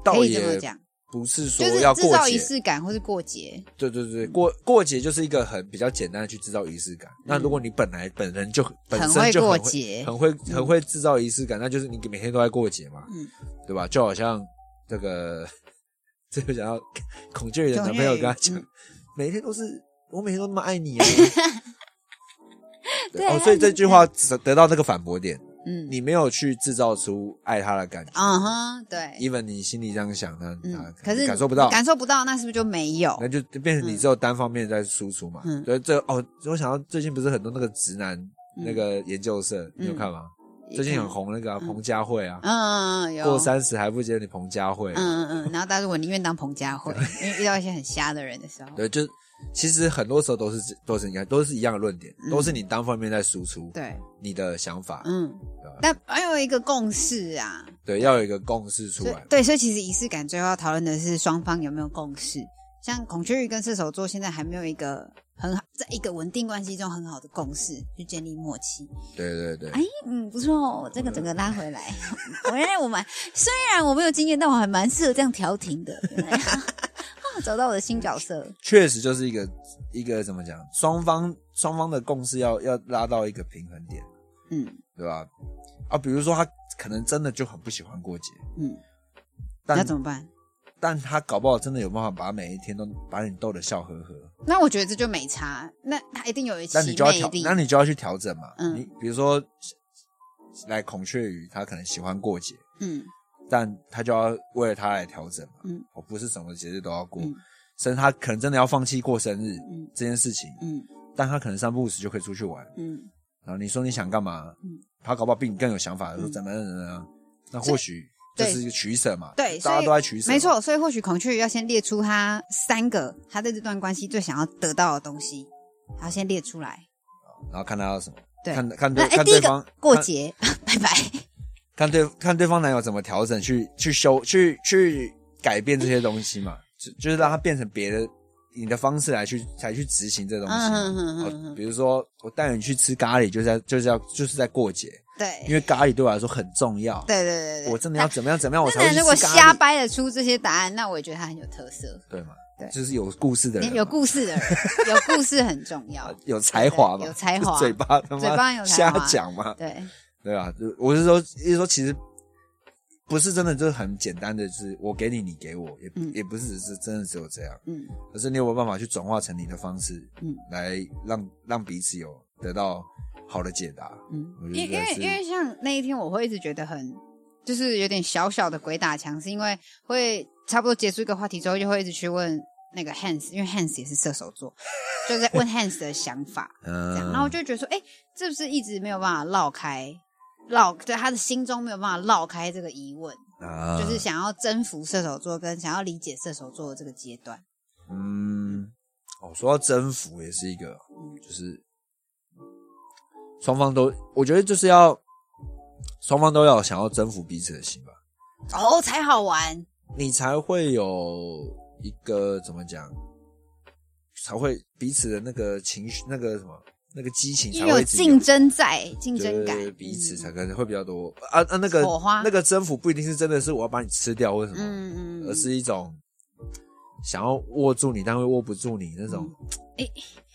[SPEAKER 5] 倒
[SPEAKER 4] 可以这么
[SPEAKER 5] 也
[SPEAKER 4] 讲，
[SPEAKER 5] 不是说
[SPEAKER 4] 就是
[SPEAKER 5] 要
[SPEAKER 4] 制
[SPEAKER 5] 过
[SPEAKER 4] 造仪
[SPEAKER 5] 节，
[SPEAKER 4] 式感或是过节。
[SPEAKER 5] 对对对，过过节就是一个很比较简单的去制造仪式感。那如果你本来本人就本身就
[SPEAKER 4] 嗯很会过
[SPEAKER 5] 很
[SPEAKER 4] 节
[SPEAKER 5] 很会很会制造仪式感，那就是你每天都在过节嘛，
[SPEAKER 4] 嗯
[SPEAKER 5] 对吧？就好像这个，这就讲到孔雀鱼的男朋友跟他讲，
[SPEAKER 4] 孔雀鱼嗯
[SPEAKER 5] 每天都是我每天都那么爱 你啊。
[SPEAKER 4] 对
[SPEAKER 5] 哦，所以这句话只得到那个反驳点，
[SPEAKER 4] 嗯，
[SPEAKER 5] 你没有去制造出爱他的感觉。
[SPEAKER 4] 嗯哼，对，
[SPEAKER 5] even 你心里这样想，那
[SPEAKER 4] 嗯
[SPEAKER 5] 那，
[SPEAKER 4] 可是
[SPEAKER 5] 感受不到，
[SPEAKER 4] 感受不到，那是不是就没有？
[SPEAKER 5] 那就变成你只有单方面在输出嘛。
[SPEAKER 4] 嗯
[SPEAKER 5] 对，这哦，我想到最近不是很多那个直男、
[SPEAKER 4] 嗯
[SPEAKER 5] 那个研究社，你有看吗？最近很红那个啊、彭佳慧啊，
[SPEAKER 4] 嗯，嗯嗯，有
[SPEAKER 5] 过三十还不结婚的彭佳慧，
[SPEAKER 4] 嗯嗯嗯，然后但是我宁愿当彭佳慧，因为遇到一些很瞎的人的时候，
[SPEAKER 5] 对，就其实很多时候都是都是应该都是一样的论点，都是你单方面在输出
[SPEAKER 4] 嗯对，
[SPEAKER 5] 你的想法，
[SPEAKER 4] 嗯
[SPEAKER 5] 对啊，
[SPEAKER 4] 但还有一个共识啊，
[SPEAKER 5] 对，要有一个共识出
[SPEAKER 4] 所以
[SPEAKER 5] 来。
[SPEAKER 4] 对，所以其实仪式感最后要讨论的是双方有没有共识。像孔雀鱼跟射手座现在还没有一个很好，在一个稳定关系中很好的共识去建立默契。
[SPEAKER 5] 对对对，
[SPEAKER 4] 哎，嗯，不错哦，这个整个拉回来。 我原来我蛮虽然我没有经验，但我还蛮适合这样调停的。原来 啊，找到我的新角色。
[SPEAKER 5] 确实就是一个一个怎么讲，双方双方的共识要要拉到一个平衡点。
[SPEAKER 4] 嗯
[SPEAKER 5] 对吧？啊，比如说他可能真的就很不喜欢过节，
[SPEAKER 4] 嗯，那
[SPEAKER 5] 但
[SPEAKER 4] 怎么办？
[SPEAKER 5] 但他搞不好真的有办法把每一天都把你逗得笑呵呵，
[SPEAKER 4] 那我觉得这就没差。那他一定有一
[SPEAKER 5] 那
[SPEAKER 4] 些
[SPEAKER 5] 你
[SPEAKER 4] 魅
[SPEAKER 5] 就要调，
[SPEAKER 4] 力。
[SPEAKER 5] 那你就要去调整嘛。
[SPEAKER 4] 嗯
[SPEAKER 5] 你比如说，来孔雀鱼，他可能喜欢过节，
[SPEAKER 4] 嗯
[SPEAKER 5] 但他就要为了他来调整嘛。
[SPEAKER 4] 嗯
[SPEAKER 5] 我不是什么节日都要过，
[SPEAKER 4] 嗯
[SPEAKER 5] 甚至他可能真的要放弃过生日、
[SPEAKER 4] 嗯
[SPEAKER 5] 这件事情，
[SPEAKER 4] 嗯
[SPEAKER 5] 但他可能三不五时就可以出去玩。
[SPEAKER 4] 嗯，
[SPEAKER 5] 然后你说你想干嘛，
[SPEAKER 4] 嗯
[SPEAKER 5] 他搞不好比你更有想法，说
[SPEAKER 4] 嗯
[SPEAKER 5] 怎么样怎么样，那或许这
[SPEAKER 4] 对
[SPEAKER 5] 是一个取舍嘛，
[SPEAKER 4] 对
[SPEAKER 5] 大
[SPEAKER 4] 所
[SPEAKER 5] 家
[SPEAKER 4] 以
[SPEAKER 5] 都在取舍，
[SPEAKER 4] 没，错。所以或许孔雀鱼要先列出他三个他在这段关系最想要得到的东西，他要先列出来。
[SPEAKER 5] 然后看他要什么，
[SPEAKER 4] 对
[SPEAKER 5] 看看
[SPEAKER 4] 那
[SPEAKER 5] 对
[SPEAKER 4] 哎，
[SPEAKER 5] 看
[SPEAKER 4] 第
[SPEAKER 5] 对
[SPEAKER 4] 一
[SPEAKER 5] 方
[SPEAKER 4] 个过
[SPEAKER 5] 看
[SPEAKER 4] 节， 拜拜。
[SPEAKER 5] 看对看对方男友怎么调整，去去修去去改变这些东西嘛，就就是让他变成别的你的方式来去才去执行这东西嘛。
[SPEAKER 4] 嗯嗯嗯嗯
[SPEAKER 5] 哦比如说我带你去吃咖喱，就是在就是要就是在过节，
[SPEAKER 4] 对
[SPEAKER 5] 因为咖喱对我来说很重要。
[SPEAKER 4] 对对对对，
[SPEAKER 5] 我真的要怎么样怎么样，我才
[SPEAKER 4] 那
[SPEAKER 5] 会去
[SPEAKER 4] 人如果
[SPEAKER 5] 吃咖喱
[SPEAKER 4] 瞎掰得出这些答案，那我也觉得他很有特色。
[SPEAKER 5] 对嘛？
[SPEAKER 4] 对
[SPEAKER 5] 就是有故事的人嘛，
[SPEAKER 4] 有故事的人，有故事很重要。
[SPEAKER 5] 有才华嘛，
[SPEAKER 4] 有才 华
[SPEAKER 5] 嘴巴他
[SPEAKER 4] 嘴巴
[SPEAKER 5] 妈
[SPEAKER 4] 有才
[SPEAKER 5] 瞎
[SPEAKER 4] 华
[SPEAKER 5] 讲嘛，
[SPEAKER 4] 对，
[SPEAKER 5] 对啊，就我是说，意思说其实不是真的，就是很简单的，就是我给你，你给我，也、
[SPEAKER 4] 嗯
[SPEAKER 5] 也不是只是真的只有这样，
[SPEAKER 4] 嗯
[SPEAKER 5] 而是你有没有办法去转化成你的方式，
[SPEAKER 4] 嗯，
[SPEAKER 5] 来让让彼此有得到好的解答。
[SPEAKER 4] 嗯，
[SPEAKER 5] 我觉
[SPEAKER 4] 因
[SPEAKER 5] 得
[SPEAKER 4] 因为
[SPEAKER 5] 这
[SPEAKER 4] 因为
[SPEAKER 5] 是
[SPEAKER 4] 像那一天，我会一直觉得很，就是有点小小的鬼打墙，是因为会差不多结束一个话题之后，就会一直去问那个 Hans，因为 Hans 也是射手座，就是在问 Hans 的想 法，这样，然后我
[SPEAKER 5] 嗯，
[SPEAKER 4] 就觉得说，哎、是不是一直没有办法绕开，绕对他的心中没有办法绕开这个疑问，
[SPEAKER 5] 啊
[SPEAKER 4] 就是想要征服射手座跟想要理解射手座的这个阶段，
[SPEAKER 5] 嗯，哦，说到征服也是一个，
[SPEAKER 4] 嗯
[SPEAKER 5] 就是双方都，我觉得就是要双方都要有想要征服彼此的心吧，
[SPEAKER 4] 哦，才好玩，
[SPEAKER 5] 你才会有一个怎么讲，才会彼此的那个情绪，那个什么，那个激情
[SPEAKER 4] 因
[SPEAKER 5] 才
[SPEAKER 4] 为有
[SPEAKER 5] 会一直
[SPEAKER 4] 竞争在，竞争感
[SPEAKER 5] 对，彼此
[SPEAKER 4] 嗯
[SPEAKER 5] 才可能会比较多啊啊，那个
[SPEAKER 4] 火花
[SPEAKER 5] 那个征服不一定是真的是我要把你吃掉或者什么，
[SPEAKER 4] 嗯嗯，
[SPEAKER 5] 而是一种想要握住你但会握不住你那种
[SPEAKER 4] 嗯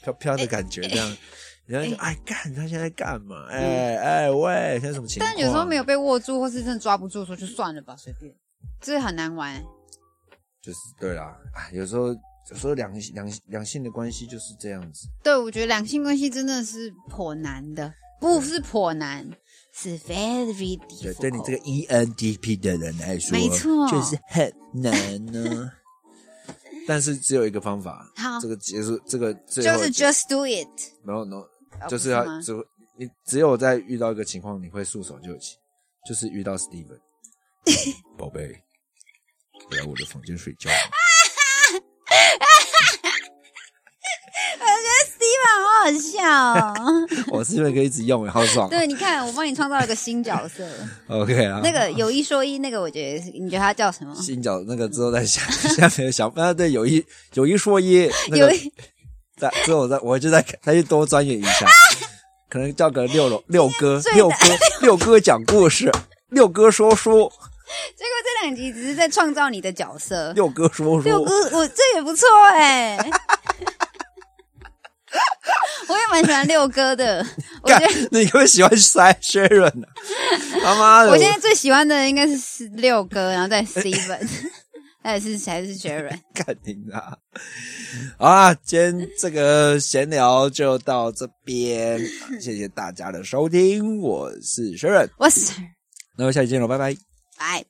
[SPEAKER 5] 飘飘的感觉，这样。人家就哎干，他现在干嘛？哎哎喂，现在什么情况？
[SPEAKER 4] 嗯但有时候没有，被握住，或是真的抓不住的时候，就算了吧，随便，这很难玩。
[SPEAKER 5] 就是对啦，哎，有时候有时候两两两性的关系就是这样子，
[SPEAKER 4] 对，我觉得两性关系真的是颇难的，不是颇难，是 very
[SPEAKER 5] 对
[SPEAKER 4] difficult。
[SPEAKER 5] 对你这个 E ENTP 的人来说，
[SPEAKER 4] 没错
[SPEAKER 5] 就是很难呢。但是只有一个方法，
[SPEAKER 4] 好
[SPEAKER 5] 这个结束，这个最
[SPEAKER 4] 就
[SPEAKER 5] 后
[SPEAKER 4] 是 just do it，
[SPEAKER 5] 然后然后
[SPEAKER 4] 哦
[SPEAKER 5] 就是
[SPEAKER 4] 不是
[SPEAKER 5] 要
[SPEAKER 4] 吗
[SPEAKER 5] 只你只有在遇到一个情况，你会束手就擒，就是遇到 Steven，宝贝，回来我的房间睡觉。
[SPEAKER 4] 地方好好 笑哦。
[SPEAKER 5] 我 Steven 可以一直用，好爽。
[SPEAKER 4] 对，你看，我帮你创造了个新角 色。
[SPEAKER 5] ，OK 啊，
[SPEAKER 4] 那个有一说一，那个我觉得是，你觉得他叫什么？
[SPEAKER 5] 新角那个之后再下 下面想啊，对，有一有一说一，那
[SPEAKER 4] 有
[SPEAKER 5] 个
[SPEAKER 4] 一
[SPEAKER 5] 在之后我再我就再再去多钻研一下，可能叫个六楼六哥
[SPEAKER 4] 啊最
[SPEAKER 5] 六哥六哥讲故事，六哥说书，
[SPEAKER 4] 结果这两集只是在创造你的角色。
[SPEAKER 5] 六哥说书，
[SPEAKER 4] 六哥，我这也不错哎、我也蛮喜欢六哥的，我觉
[SPEAKER 5] 干
[SPEAKER 4] 得，
[SPEAKER 5] 你可不喜欢塞 Sharon 啊？他妈的！
[SPEAKER 4] 我现在最喜欢的应该是六哥，然后再 Steven，还 是还是 Sharon。
[SPEAKER 5] 干你啊！好啦，今天这个闲聊就到这边，谢谢大家的收听，我是 Sharon，
[SPEAKER 4] 我是
[SPEAKER 5] 那我下期见喽，拜拜。
[SPEAKER 4] 拜。